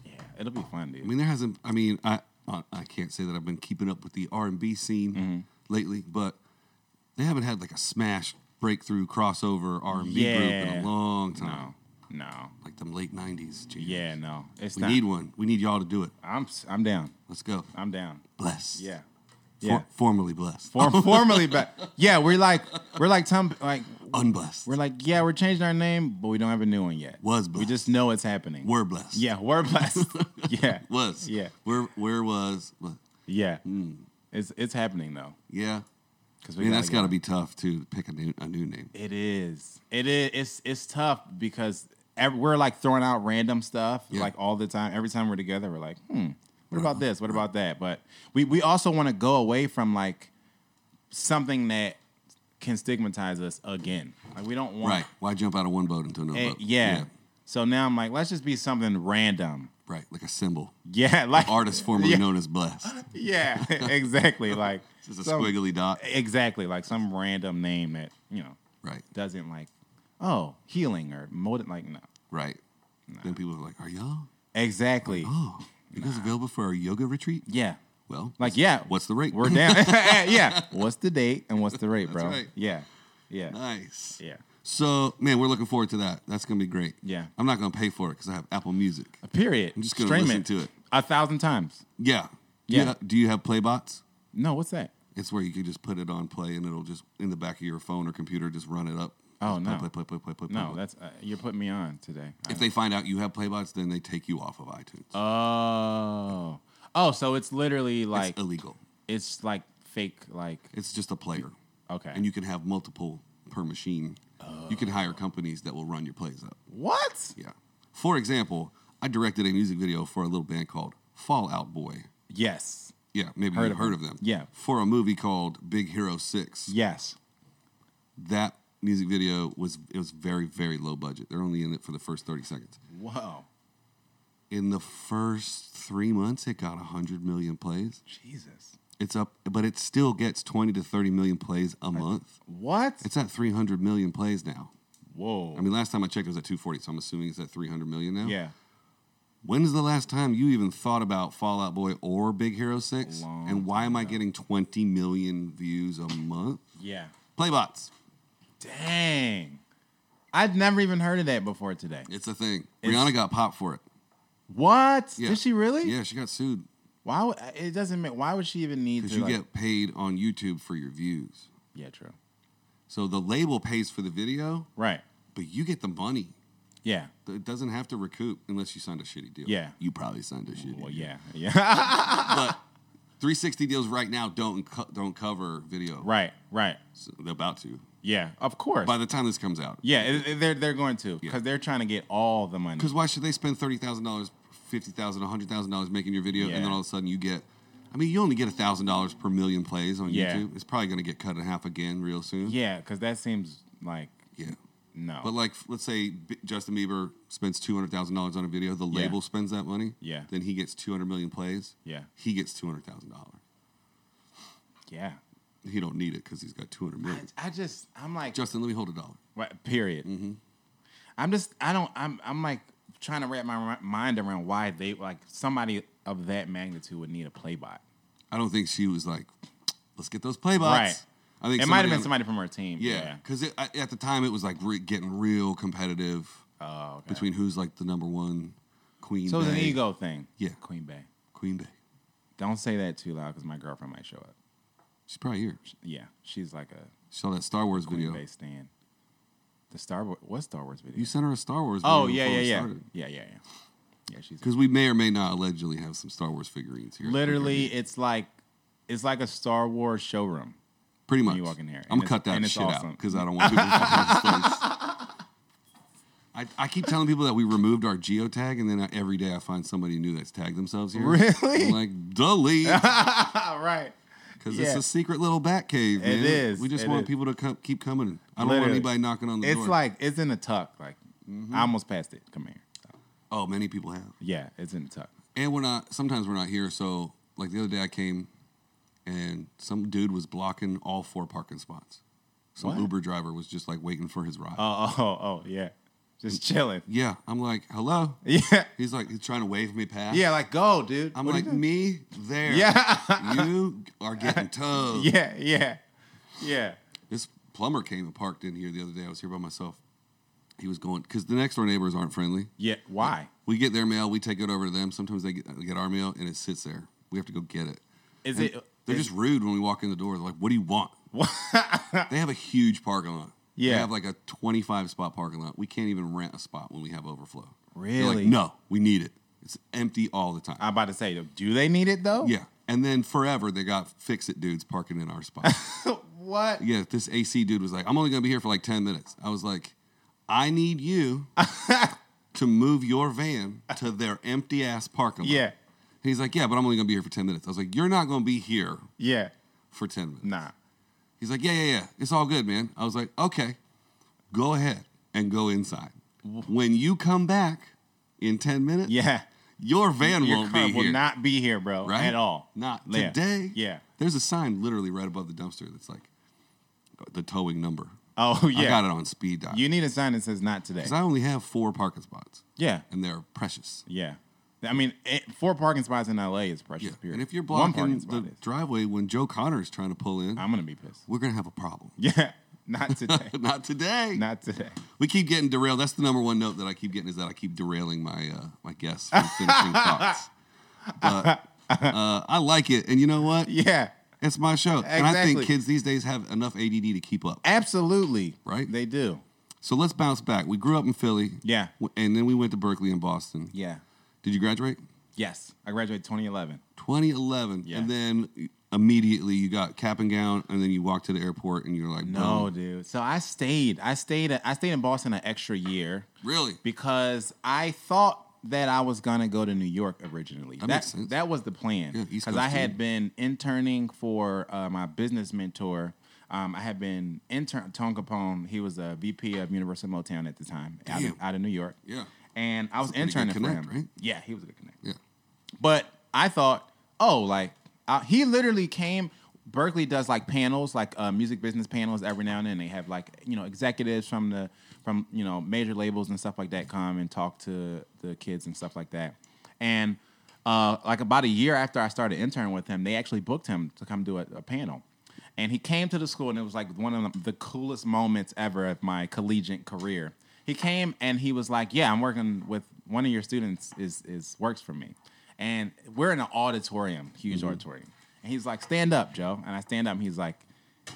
Speaker 2: yeah, it'll be fun, dude.
Speaker 1: I mean, there hasn't. I mean, I I I can't say that I've been keeping up with the R and B scene
Speaker 2: Mm-hmm.
Speaker 1: lately, but they haven't had like a smash breakthrough crossover R and B group in a
Speaker 2: Yeah.
Speaker 1: long time.
Speaker 2: no, no.
Speaker 1: Like them late '90s. jams.
Speaker 2: Yeah, no. It's
Speaker 1: we
Speaker 2: not.
Speaker 1: need one. We need y'all to do it.
Speaker 2: I'm I'm down.
Speaker 1: Let's go.
Speaker 2: I'm down.
Speaker 1: Blessed.
Speaker 2: Uh, Yeah.
Speaker 1: For-
Speaker 2: Yeah.
Speaker 1: formerly blessed.
Speaker 2: Form, formerly, but yeah, we're like we're like Tom, like
Speaker 1: Unblessed.
Speaker 2: we're like yeah, we're changing our name, but we don't have a new one yet.
Speaker 1: Was
Speaker 2: we
Speaker 1: blessed.
Speaker 2: just know it's happening.
Speaker 1: Were blessed.
Speaker 2: yeah, we're blessed. yeah,
Speaker 1: Was.
Speaker 2: Yeah.
Speaker 1: Where where was. was-
Speaker 2: yeah. It's it's happening though.
Speaker 1: Yeah.
Speaker 2: Because
Speaker 1: I mean, Mm. that's got to be tough too, to pick a new, a new name.
Speaker 2: It is. It is. It's it's tough because ev- we're like throwing out random stuff
Speaker 1: Yeah.
Speaker 2: like all the time. Every time we're together, we're like, hmm, what about this? What about that? But we we also want to go away from like something that can stigmatize us again. Like we don't want.
Speaker 1: Right. Why jump out of one boat into another
Speaker 2: Eh,
Speaker 1: boat?
Speaker 2: yeah. So now I'm like, let's just be something random.
Speaker 1: Right. Like a symbol.
Speaker 2: Yeah, like
Speaker 1: Artist formerly
Speaker 2: Yeah.
Speaker 1: known as blessed.
Speaker 2: Yeah, exactly. Like
Speaker 1: Just a
Speaker 2: some-
Speaker 1: squiggly dot.
Speaker 2: Exactly, like some random name that you know
Speaker 1: Right.
Speaker 2: doesn't like. Oh, healing or molded. Like no.
Speaker 1: Right. Then people are like, are y'all?
Speaker 2: Exactly.
Speaker 1: Oh, you guys available for our yoga retreat?
Speaker 2: Yeah.
Speaker 1: Well,
Speaker 2: Like yeah,
Speaker 1: what's the rate?
Speaker 2: we're down. yeah. What's the date and what's the rate, bro?
Speaker 1: right.
Speaker 2: Yeah. Yeah.
Speaker 1: nice.
Speaker 2: Yeah.
Speaker 1: So, man, we're looking forward to that. That's going to be great.
Speaker 2: Yeah.
Speaker 1: I'm not going to pay for it because I have Apple Music.
Speaker 2: A period. I'm
Speaker 1: just gonna listen to it.
Speaker 2: a thousand times.
Speaker 1: Yeah.
Speaker 2: Yeah.
Speaker 1: Do you, do you have Playbots?
Speaker 2: No, what's that?
Speaker 1: It's where you can just put it on play and it'll just in the back of your phone or computer just run it up.
Speaker 2: Oh,
Speaker 1: Just play,
Speaker 2: no.
Speaker 1: Play, play, play, play, play,
Speaker 2: No,
Speaker 1: play.
Speaker 2: that's uh, you're putting me on today.
Speaker 1: Oh. If they find out you have Playbots, then they take you off of iTunes.
Speaker 2: Oh. Oh, so it's literally
Speaker 1: it's
Speaker 2: like it's,
Speaker 1: illegal.
Speaker 2: like fake like
Speaker 1: It's just a player.
Speaker 2: okay.
Speaker 1: And you can have multiple per machine. You can hire companies that will run your plays up.
Speaker 2: what?
Speaker 1: Yeah. For example, I directed a music video for a little band called Fallout Boy.
Speaker 2: Yes.
Speaker 1: Yeah, maybe you've
Speaker 2: of
Speaker 1: heard
Speaker 2: them.
Speaker 1: of them.
Speaker 2: Yeah.
Speaker 1: For a movie called Big Hero 6.
Speaker 2: Yes.
Speaker 1: that music video was it was very very low budget. They're only in it for the first thirty seconds.
Speaker 2: Whoa.
Speaker 1: In the first three months, it got hundred million plays.
Speaker 2: Jesus.
Speaker 1: It's up, but it still gets twenty to thirty million plays a month.
Speaker 2: What?
Speaker 1: It's at three hundred million plays now.
Speaker 2: Whoa.
Speaker 1: I mean, last time I checked, it was at two forty, so I'm assuming it's at three hundred million now.
Speaker 2: yeah.
Speaker 1: When's the last time you even thought about Fallout Boy or Big Hero Six?
Speaker 2: Long
Speaker 1: And why am I getting twenty million views a month?
Speaker 2: Yeah.
Speaker 1: Playbots,
Speaker 2: Dang. I'd never even heard of that before today.
Speaker 1: it's a thing.
Speaker 2: It's-
Speaker 1: Rihanna got popped for it.
Speaker 2: What?
Speaker 1: Yeah.
Speaker 2: Did she really?
Speaker 1: Yeah, she got sued.
Speaker 2: Why? Would, it doesn't make. Why would she even need to?
Speaker 1: Because you
Speaker 2: like-
Speaker 1: get paid on YouTube for your views.
Speaker 2: yeah, true.
Speaker 1: So the label pays for the video,
Speaker 2: Right.
Speaker 1: but you get the money.
Speaker 2: Yeah.
Speaker 1: It doesn't have to recoup unless you signed a shitty deal.
Speaker 2: Yeah.
Speaker 1: You probably signed a shitty
Speaker 2: Well,
Speaker 1: deal.
Speaker 2: yeah. Yeah.
Speaker 1: But 360 deals right now don't co- don't cover video.
Speaker 2: Right, right.
Speaker 1: So they're about to.
Speaker 2: Yeah, of course.
Speaker 1: By the time this comes out,
Speaker 2: yeah, it- it- they're they're going to because they're trying to get all the money.
Speaker 1: because why should they spend thirty thousand dollars, fifty thousand, a hundred thousand dollars making your video,
Speaker 2: Yeah.
Speaker 1: and then all of a sudden you get. I mean, you only get thousand dollars per million plays on
Speaker 2: Yeah.
Speaker 1: YouTube. It's probably going to get cut in half again real soon.
Speaker 2: Yeah, because that seems like
Speaker 1: Yeah.
Speaker 2: no.
Speaker 1: But like, let's say B- Justin Bieber spends two hundred thousand dollars on a video. The label spends that money.
Speaker 2: Yeah.
Speaker 1: Then he gets two hundred million plays.
Speaker 2: Yeah.
Speaker 1: He gets two hundred thousand dollars.
Speaker 2: yeah,
Speaker 1: He don't need it because he's got two hundred
Speaker 2: I,
Speaker 1: million.
Speaker 2: I just I'm like
Speaker 1: Justin, let me hold a dollar.
Speaker 2: Right, period.
Speaker 1: mm-hmm.
Speaker 2: I'm just I don't I'm I'm like trying to wrap my ri- mind around why they like somebody of that magnitude would need a play bot.
Speaker 1: I don't think she was like, let's get those playbots.
Speaker 2: Right.
Speaker 1: I think
Speaker 2: It
Speaker 1: somebody
Speaker 2: might have been
Speaker 1: on-
Speaker 2: somebody from her team.
Speaker 1: Yeah, because at the time it was like re- getting real competitive
Speaker 2: Oh, okay.
Speaker 1: between who's like the number one queen.
Speaker 2: so it was an
Speaker 1: Bey-
Speaker 2: ego thing.
Speaker 1: Yeah.
Speaker 2: Queen Bay.
Speaker 1: Queen Bay.
Speaker 2: Don't say that too loud because my girlfriend might show up.
Speaker 1: She's probably here.
Speaker 2: Yeah, she's like a
Speaker 1: She saw that Star Wars
Speaker 2: Queen
Speaker 1: video.
Speaker 2: Bay stan. The Star Wars. What Star Wars video?
Speaker 1: You sent her a Star Wars. video
Speaker 2: oh yeah yeah yeah. yeah yeah yeah yeah. She's
Speaker 1: Because we may or may not allegedly have some Star Wars figurines here.
Speaker 2: literally it's like it's like a Star Wars showroom.
Speaker 1: pretty much.
Speaker 2: you walk in here,
Speaker 1: I'm
Speaker 2: and
Speaker 1: gonna
Speaker 2: it's-
Speaker 1: cut that
Speaker 2: and it's
Speaker 1: shit out
Speaker 2: awesome.
Speaker 1: because I don't want people. to find this place. I, I keep telling people that we removed our geotag, and then I, every day I find somebody new that's tagged themselves here.
Speaker 2: Really?
Speaker 1: I'm like delete.
Speaker 2: All right.
Speaker 1: Because it's
Speaker 2: Yeah.
Speaker 1: a secret little bat cave, man.
Speaker 2: is.
Speaker 1: We just
Speaker 2: It
Speaker 1: want
Speaker 2: is.
Speaker 1: people to come, keep coming. I don't want
Speaker 2: Literally.
Speaker 1: anybody knocking on the door.
Speaker 2: It's like it's in a tuck. Like I almost passed it. Come here.
Speaker 1: oh, many people have.
Speaker 2: Yeah, it's in a tuck.
Speaker 1: And we're not. Sometimes we're not here. So, like the other day, I came, and some dude was blocking all four parking spots. Some
Speaker 2: What?
Speaker 1: Uber driver was just like waiting for his ride.
Speaker 2: Oh, oh, oh, oh, yeah. Just chilling.
Speaker 1: yeah, I'm like, hello.
Speaker 2: Yeah,
Speaker 1: He's like, he's trying to wave me past.
Speaker 2: yeah. Like go, dude.
Speaker 1: I'm
Speaker 2: What are you
Speaker 1: like,
Speaker 2: doing?
Speaker 1: me there.
Speaker 2: Yeah.
Speaker 1: you are getting towed.
Speaker 2: yeah, yeah, yeah.
Speaker 1: This plumber came and parked in here the other day. I was here by myself. He was going because the next door neighbors aren't friendly.
Speaker 2: Yeah. Why
Speaker 1: We get their mail, we take it over to them. Sometimes they get, they get our mail and it sits there. We have to go get it.
Speaker 2: is
Speaker 1: And
Speaker 2: it?
Speaker 1: They're
Speaker 2: is-
Speaker 1: just rude when we walk in the door. They're like, "What do you want?" they have a huge parking lot.
Speaker 2: Yeah.
Speaker 1: they have like a twenty-five spot parking lot. We can't even rent a spot when we have overflow. They're
Speaker 2: Really?
Speaker 1: like, no, we need it. It's empty all the time.
Speaker 2: I'm about to say, do they need it though?
Speaker 1: yeah, and then forever they got fix-it dudes parking in our spot.
Speaker 2: what?
Speaker 1: yeah, this AC dude was like, "I'm only gonna be here for like ten minutes." I was like, "I need you." To move your van to their empty ass parking lot.
Speaker 2: Yeah,
Speaker 1: And He's like, yeah, but I'm only gonna be here for ten minutes. I was like, you're not gonna be here
Speaker 2: yeah.
Speaker 1: for ten minutes.
Speaker 2: Nah.
Speaker 1: He's like, yeah, yeah, yeah. It's all good, man. I was like, okay, go ahead and go inside. When you come back in ten minutes,
Speaker 2: Yeah.
Speaker 1: your van
Speaker 2: Your
Speaker 1: won't
Speaker 2: car
Speaker 1: be
Speaker 2: will
Speaker 1: here,
Speaker 2: not be here, bro.
Speaker 1: right?
Speaker 2: At all.
Speaker 1: Not
Speaker 2: Yeah.
Speaker 1: today.
Speaker 2: Yeah.
Speaker 1: There's a sign literally right above the dumpster that's like the towing number.
Speaker 2: Oh yeah.
Speaker 1: I got it on speed dial.
Speaker 2: You need a sign that says not today.
Speaker 1: 'Cause I only have four parking spots,
Speaker 2: yeah.
Speaker 1: and they're precious.
Speaker 2: Yeah. I mean, it, four parking spots in LA is precious.
Speaker 1: Yeah.
Speaker 2: Period.
Speaker 1: And if you're blocking
Speaker 2: One parking
Speaker 1: the
Speaker 2: spot is.
Speaker 1: driveway when Joe Connor is trying to pull in,
Speaker 2: I'm gonna be pissed.
Speaker 1: we're gonna have a problem.
Speaker 2: Yeah, not today.
Speaker 1: Not today.
Speaker 2: not today.
Speaker 1: We keep getting derailed. That's the number one note that I keep getting is that I keep derailing my uh, my guests from finishing thoughts. But uh, I like it, and you know what?
Speaker 2: Yeah,
Speaker 1: It's my show, and I think
Speaker 2: Exactly.
Speaker 1: kids these days have enough ADD to keep up.
Speaker 2: absolutely.
Speaker 1: Right?
Speaker 2: They do.
Speaker 1: So let's bounce back. We grew up in Philly,
Speaker 2: Yeah.
Speaker 1: w- and then we went to Berkeley and Boston.
Speaker 2: Yeah.
Speaker 1: Did you graduate?
Speaker 2: Yes, I graduated 2011.
Speaker 1: 2011,
Speaker 2: Yeah.
Speaker 1: and then immediately you got cap and gown, and then you walked to the airport, and you're like,
Speaker 2: No,
Speaker 1: boom.
Speaker 2: dude. So I stayed. I stayed. I stayed in Boston an extra year
Speaker 1: really?
Speaker 2: because I thought that I was gonna go to New York originally. That that,
Speaker 1: makes sense.
Speaker 2: was the plan
Speaker 1: Yeah, East
Speaker 2: because
Speaker 1: Coast
Speaker 2: I had
Speaker 1: dude.
Speaker 2: been interning for uh, my business mentor. Um, I had been intern Tone Capone. He was a VP of Universal Motown at the time, out of,
Speaker 1: Damn.
Speaker 2: out of New York.
Speaker 1: Yeah.
Speaker 2: and I was
Speaker 1: pretty good
Speaker 2: interning
Speaker 1: connect,
Speaker 2: for him.
Speaker 1: right?
Speaker 2: Yeah, he was a good connect.
Speaker 1: Yeah.
Speaker 2: But I thought, oh, like uh, he literally came. Berkeley does like panels, like uh, music business panels every now and then. They have like you know executives from the from you know major labels and stuff like that come and talk to the kids and stuff like that. And uh, like about a year after I started interning with him, they actually booked him to come do a, a panel. And he came to the school, and it was like one of the coolest moments ever of my collegiate career. He came and he was like, "Yeah, I'm working with one of your students. Is is works for me." And we're in an auditorium, huge auditorium. And he's like, "Stand up, Joe." And I stand up. And he's like,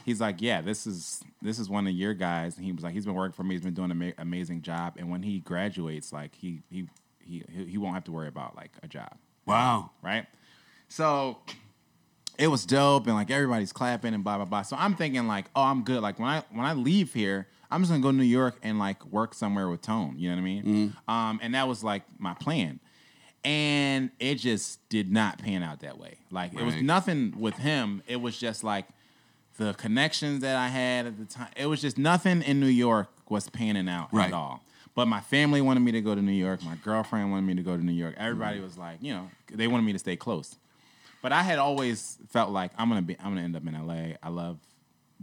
Speaker 2: "He's like, yeah, this is this is one of your guys." And he was like, "He's been working for me. He's been doing an ama- amazing job. And when he graduates, like he he he he won't have to worry about like a job,
Speaker 1: Wow.
Speaker 2: right?" So it was dope and like everybody's clapping and blah blah blah. So I'm thinking like, oh, I'm good. Like when I when I leave here, I'm just gonna go to New York and like work somewhere with Tone. You know what I mean? Um, and that was like my plan. And it just did not pan out that way. Like it was
Speaker 1: Right.
Speaker 2: nothing with him. It was just like the connections that I had at the time. It was just nothing in New York was panning out
Speaker 1: Right.
Speaker 2: at all. But my family wanted me to go to New York. My girlfriend wanted me to go to New York. Everybody was like, you know, they wanted me to stay close. But I had always felt like I'm gonna be I'm gonna end up in LA. I love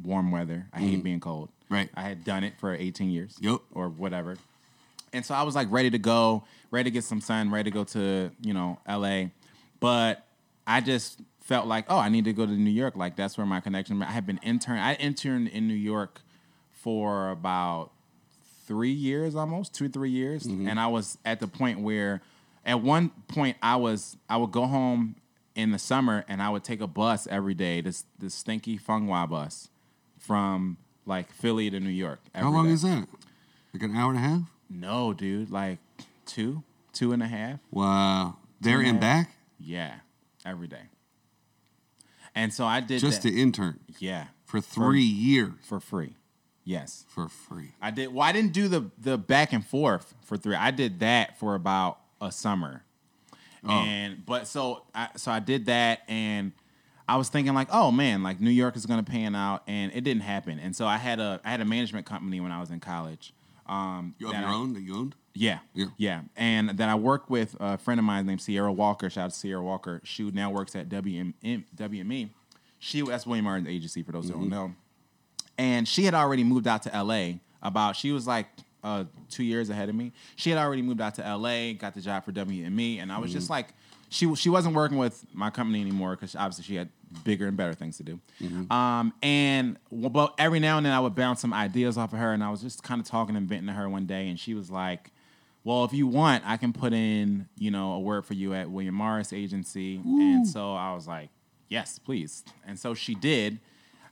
Speaker 2: warm weather. I hate being cold.
Speaker 1: Mm-hmm. Right.
Speaker 2: I had done it for 18 years.
Speaker 1: Yup.
Speaker 2: Or whatever. And so I was like ready to go, ready to get some sun, ready to go to, you know, LA. But I just felt like, oh, I need to go to New York. Like that's where my connection. I had been intern. I interned in New York for about three years almost, two, three years.
Speaker 1: Mm-hmm.
Speaker 2: And I was at the point where at one point I was I would go home in the summer and I would take a bus every day, this this stinky Funghua bus from like Philly to New York.
Speaker 1: How long is that? Like an hour and a half?
Speaker 2: No, dude, like two, two and a half.
Speaker 1: Wow. There and back?
Speaker 2: Yeah, every day. And so I did
Speaker 1: Just
Speaker 2: that.
Speaker 1: to intern
Speaker 2: yeah
Speaker 1: for three years.
Speaker 2: for free. Yes,
Speaker 1: For free.
Speaker 2: I did. Well, I didn't do the the back and forth for three. I did that for about a summer,
Speaker 1: Oh.
Speaker 2: and but so I so I did that, and I was thinking like, oh man, like New York is gonna pan out, and it didn't happen. And so I had a I had a management company when I was in college. Um,
Speaker 1: You have
Speaker 2: that
Speaker 1: your
Speaker 2: I-
Speaker 1: own that you owned?
Speaker 2: Yeah,
Speaker 1: Yeah.
Speaker 2: yeah, And that I work with a friend of mine named Sierra Walker. Shout out to Sierra Walker. She now works at WM, WME. E. She that's William Martin's agency for those who don't know. And she had already moved out to LA. About she was like uh, two years ahead of me. She had already moved out to LA, got the job for WME, and I was just like, she she wasn't working with my company anymore because obviously she had bigger and better things to do. Um, and well, but every now and then I would bounce some ideas off of her, and I was just kind of talking and venting to her one day, and she was like well, if you want, I can put in, you know, a word for you at William Morris Agency. And so I was like, yes, please. And so she did.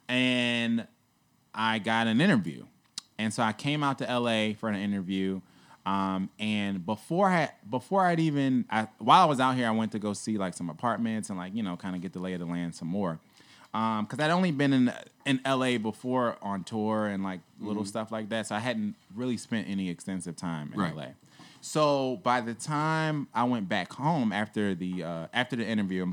Speaker 2: And I got an interview. And so I came out to LA for an interview. Um, and before I before I'd even I, while I was out here, I went to go see like some apartments and like you know kind of get the lay of the land some more. Um, cause I'd only been in in LA before on tour and like little stuff like that, so I hadn't really spent any extensive time in
Speaker 1: Right.
Speaker 2: LA. So by the time I went back home after the uh, after the interview,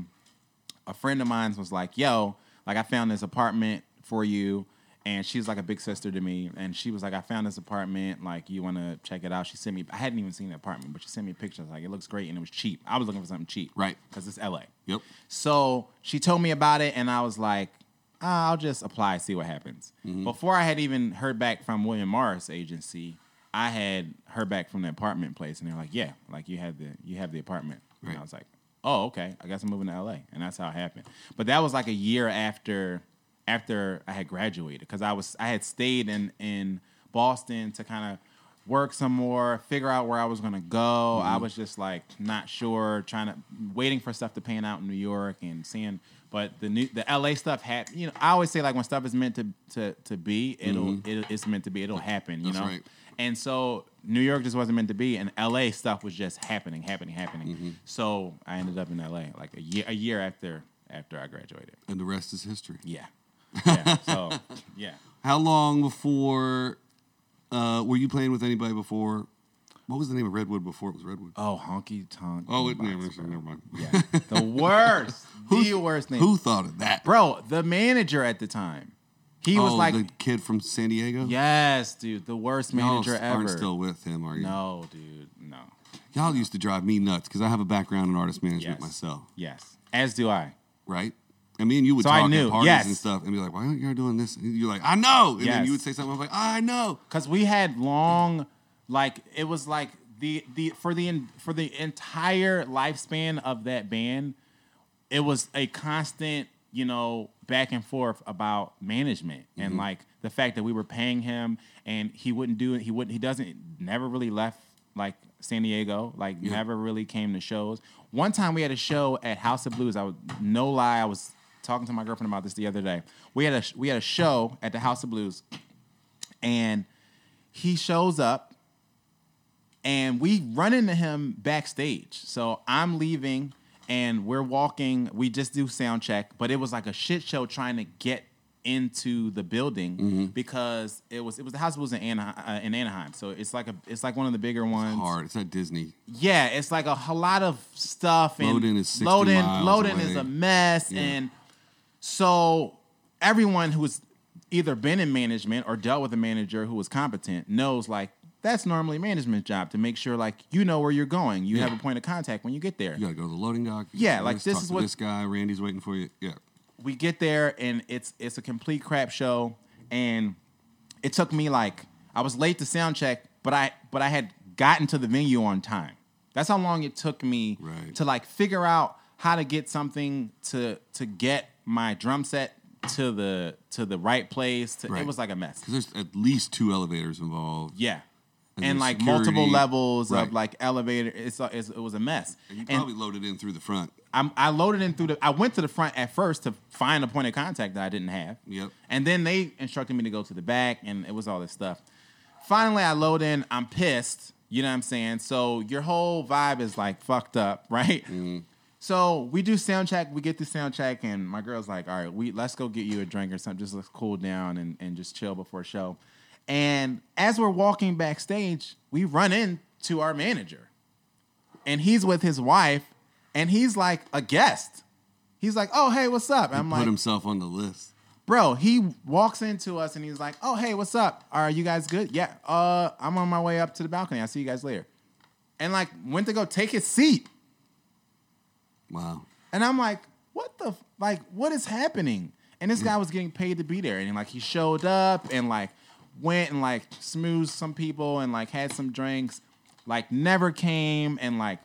Speaker 2: a friend of mine was like, "Yo, like I found this apartment for you." And she's like a big sister to me, and she was like, "I found this apartment. Like, you want to check it out?" She sent me. I hadn't even seen the apartment, but she sent me pictures. Like, it looks great, and it was cheap. I was looking for something cheap,
Speaker 1: Right.
Speaker 2: Because it's LA.
Speaker 1: Yep.
Speaker 2: So she told me about it, and I was like, "Ah, I'll just apply, see what happens. Before I had even heard back from William Morris agency, I had heard back from the apartment place, and they're like, "Yeah, like you have the you have the apartment."
Speaker 1: Right.
Speaker 2: And I was like, "Oh, okay. I guess I'm moving to LA," and that's how it happened. But that was like a year after after I had graduated because I was I had stayed in in Boston to kind of work some more, figure out where I was gonna go. I was just like not sure, trying to waiting for stuff to pan out in New York and seeing. But the new the LA stuff had you know I always say like when stuff is meant to to to be, it'll it, it's meant to be, it'll happen. You
Speaker 1: That's
Speaker 2: know.
Speaker 1: right.
Speaker 2: And so New York just wasn't meant to be, and LA stuff was just happening, happening, happening. So I ended up in LA like a year a year after after I graduated.
Speaker 1: And the rest is history.
Speaker 2: Yeah. Yeah. so yeah.
Speaker 1: How long before uh, were you playing with anybody before? What was the name of Redwood before it was Redwood?
Speaker 2: Oh, honky tonk.
Speaker 1: oh, it,
Speaker 2: box,
Speaker 1: never,
Speaker 2: bro.
Speaker 1: never mind.
Speaker 2: Yeah. The worst. the worst name.
Speaker 1: Who thought of that?
Speaker 2: Bro, the manager at the time. He was
Speaker 1: oh,
Speaker 2: like,
Speaker 1: the kid from San Diego.
Speaker 2: yes, dude, the worst
Speaker 1: Y'all
Speaker 2: manager ever.
Speaker 1: aren't still with him, are you?
Speaker 2: no, dude, no.
Speaker 1: Y'all used to drive me nuts because I have a background in artist management
Speaker 2: Yes.
Speaker 1: myself,
Speaker 2: Yes. As do I.
Speaker 1: right? And me and you would
Speaker 2: So I
Speaker 1: talk
Speaker 2: knew,
Speaker 1: at parties
Speaker 2: yes.
Speaker 1: and stuff, and be like, "Why aren't y'all doing this?" And you're like, "I know," and then
Speaker 2: Yes.
Speaker 1: you would say something. I'm like, "I know."
Speaker 2: Cause we had long, like it was like the the for the en- for the entire lifespan of that band, it was a constant, you know, back and forth about management and like the fact that we were paying him and he wouldn't do it. He wouldn't. He doesn't. Never really left like San Diego. Like never really came to shows. One time we had a show at House of Blues. I was no lie. I was talking to my girlfriend about this the other day. We had a sh- we had a show at the House of Blues, and he shows up and we run into him backstage. So I'm leaving and we're walking. We just do sound check, but it was like a shit show trying to get into the building because it was it was the house was in Anaheim, uh, in Anaheim, so it's like a it's like one of the bigger ones.
Speaker 1: hard. It's at Disney.
Speaker 2: Yeah, it's like a, whole lot of stuff. And
Speaker 1: Loden is 60
Speaker 2: Loden,
Speaker 1: miles
Speaker 2: Loden is
Speaker 1: away.
Speaker 2: a mess, and so everyone who's either been in management or dealt with a manager who was competent knows like that's normally management job to make sure like you know where you're going, you have a point of contact when you get there.
Speaker 1: You gotta go to the loading dock. you
Speaker 2: Yeah,
Speaker 1: gotta
Speaker 2: like, this
Speaker 1: talk
Speaker 2: is
Speaker 1: to
Speaker 2: what-
Speaker 1: this guy Randy's waiting for you. Yeah,
Speaker 2: we get there and it's it's a complete crap show and it took me like I was late to sound check but I but I had gotten to the venue on time. That's how long it took me
Speaker 1: Right.
Speaker 2: to like figure out how to get something to to get my drum set to the to the right place. To, It
Speaker 1: Right.
Speaker 2: was like a mess.
Speaker 1: because there's at least two elevators involved.
Speaker 2: Yeah.
Speaker 1: And
Speaker 2: And,
Speaker 1: there's
Speaker 2: like multiple
Speaker 1: security.
Speaker 2: levels
Speaker 1: Right.
Speaker 2: of like elevator it's, a- it's it was a mess.
Speaker 1: and you
Speaker 2: And-
Speaker 1: probably loaded in through the front.
Speaker 2: I'm, I loaded in through the. I went to the front at first to find a point of contact that I didn't have.
Speaker 1: Yep.
Speaker 2: And then they instructed me to go to the back, and it was all this stuff. Finally, I load in. I'm pissed. You know what I'm saying? So your whole vibe is like fucked up, right? So we do sound check. We get through sound check, and my girl's like, "All right, we let's go get you a drink or something. Just let's cool down and and just chill before show." And as we're walking backstage, we run into our manager and he's with his wife, and he's like a guest. He's like, "Oh, hey, what's up?" I'm
Speaker 1: Put
Speaker 2: like,
Speaker 1: himself on the list.
Speaker 2: "Bro," he walks into us and he's like, "Oh, hey, what's up? Are you guys good?" Yeah. Uh, I'm on my way up to the balcony. I'll see you guys later. And like went to go take his seat,
Speaker 1: Wow.
Speaker 2: and I'm like, "What the f- like? What is happening?" And this guy was getting paid to be there, and like he showed up and like went and like smoozed some people and like had some drinks, like never came and like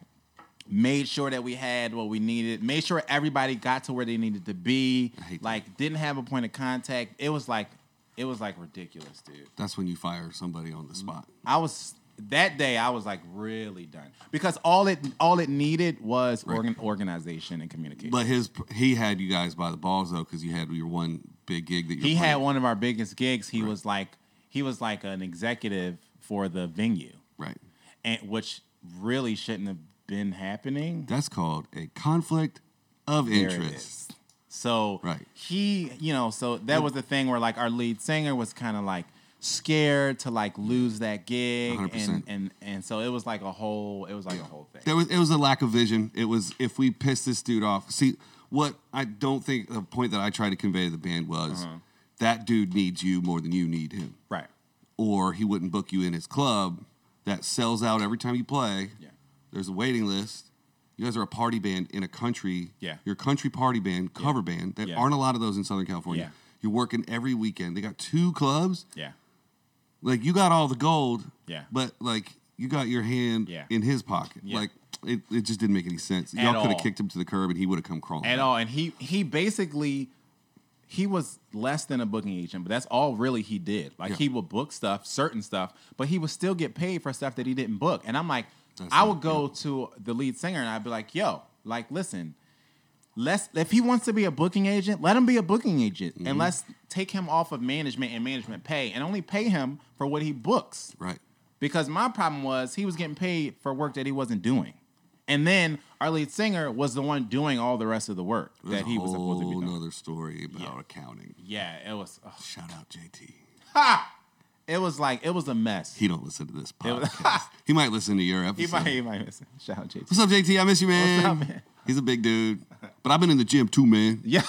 Speaker 2: made sure that we had what we needed, made sure everybody got to where they needed to be,
Speaker 1: hate that.
Speaker 2: like didn't have a point of contact. It was like it was like ridiculous, dude.
Speaker 1: That's when you fire somebody on the spot.
Speaker 2: I was that day I was like really done because all it all it needed was
Speaker 1: Right.
Speaker 2: organ, organization and communication.
Speaker 1: But his he had you guys by the balls though, because you had your one big gig that you
Speaker 2: he
Speaker 1: were
Speaker 2: had
Speaker 1: playing.
Speaker 2: one of our biggest gigs. He was like he was like an executive for the venue,
Speaker 1: Right.
Speaker 2: and which really shouldn't have been happening.
Speaker 1: That's called a conflict of
Speaker 2: There it
Speaker 1: interest.
Speaker 2: is. So
Speaker 1: Right.
Speaker 2: he, you know, so that was the thing where like our lead singer was kind of like scared to like lose that gig, and
Speaker 1: 100%.
Speaker 2: and and so it was like a whole, it was like a whole thing.
Speaker 1: There was it was a lack of vision. It was if we piss this dude off. See what I don't think the point that I tried to convey to the band was
Speaker 2: Uh-huh.
Speaker 1: that dude needs you more than you need him,
Speaker 2: Right.
Speaker 1: or he wouldn't book you in his club that sells out every time you play.
Speaker 2: Yeah.
Speaker 1: There's a waiting list. You guys are a party band in a country.
Speaker 2: Yeah.
Speaker 1: You're a country party band, cover band. There
Speaker 2: Yeah.
Speaker 1: aren't a lot of those in Southern California.
Speaker 2: Yeah.
Speaker 1: You're working every weekend. They got two clubs.
Speaker 2: Yeah.
Speaker 1: Like you got all the gold.
Speaker 2: Yeah.
Speaker 1: But like you got your hand
Speaker 2: Yeah.
Speaker 1: in his pocket.
Speaker 2: Yeah.
Speaker 1: Like it, it just didn't make any sense.
Speaker 2: At
Speaker 1: Y'all could have
Speaker 2: all.
Speaker 1: kicked him to the curb and he would have come crawling.
Speaker 2: At all, and he he basically he was less than a booking agent, but that's all really he did. Like
Speaker 1: Yeah.
Speaker 2: he would book stuff, certain stuff, but he would still get paid for stuff that he didn't book. And I'm like,
Speaker 1: That's
Speaker 2: I
Speaker 1: not
Speaker 2: would go to the lead singer and I'd be like, yo, like listen, let's if he wants to be a booking agent, let him be a booking agent,
Speaker 1: Mm-hmm.
Speaker 2: and let's take him off of management and management pay, and only pay him for what he books.
Speaker 1: Right.
Speaker 2: Because my problem was he was getting paid for work that he wasn't doing. And then our lead singer was the one doing all the rest of the work
Speaker 1: There's
Speaker 2: that he was supposed to be doing.
Speaker 1: another story about accounting.
Speaker 2: Yeah, it was ugh.
Speaker 1: Shout out JT.
Speaker 2: it was like it was a mess.
Speaker 1: He don't listen to this podcast. he might listen to your episode.
Speaker 2: He might he might miss it. Shout out JT.
Speaker 1: What's up, JT? I miss you, man.
Speaker 2: up, man?
Speaker 1: He's a big dude, but I've been in the gym too, man.
Speaker 2: Yeah.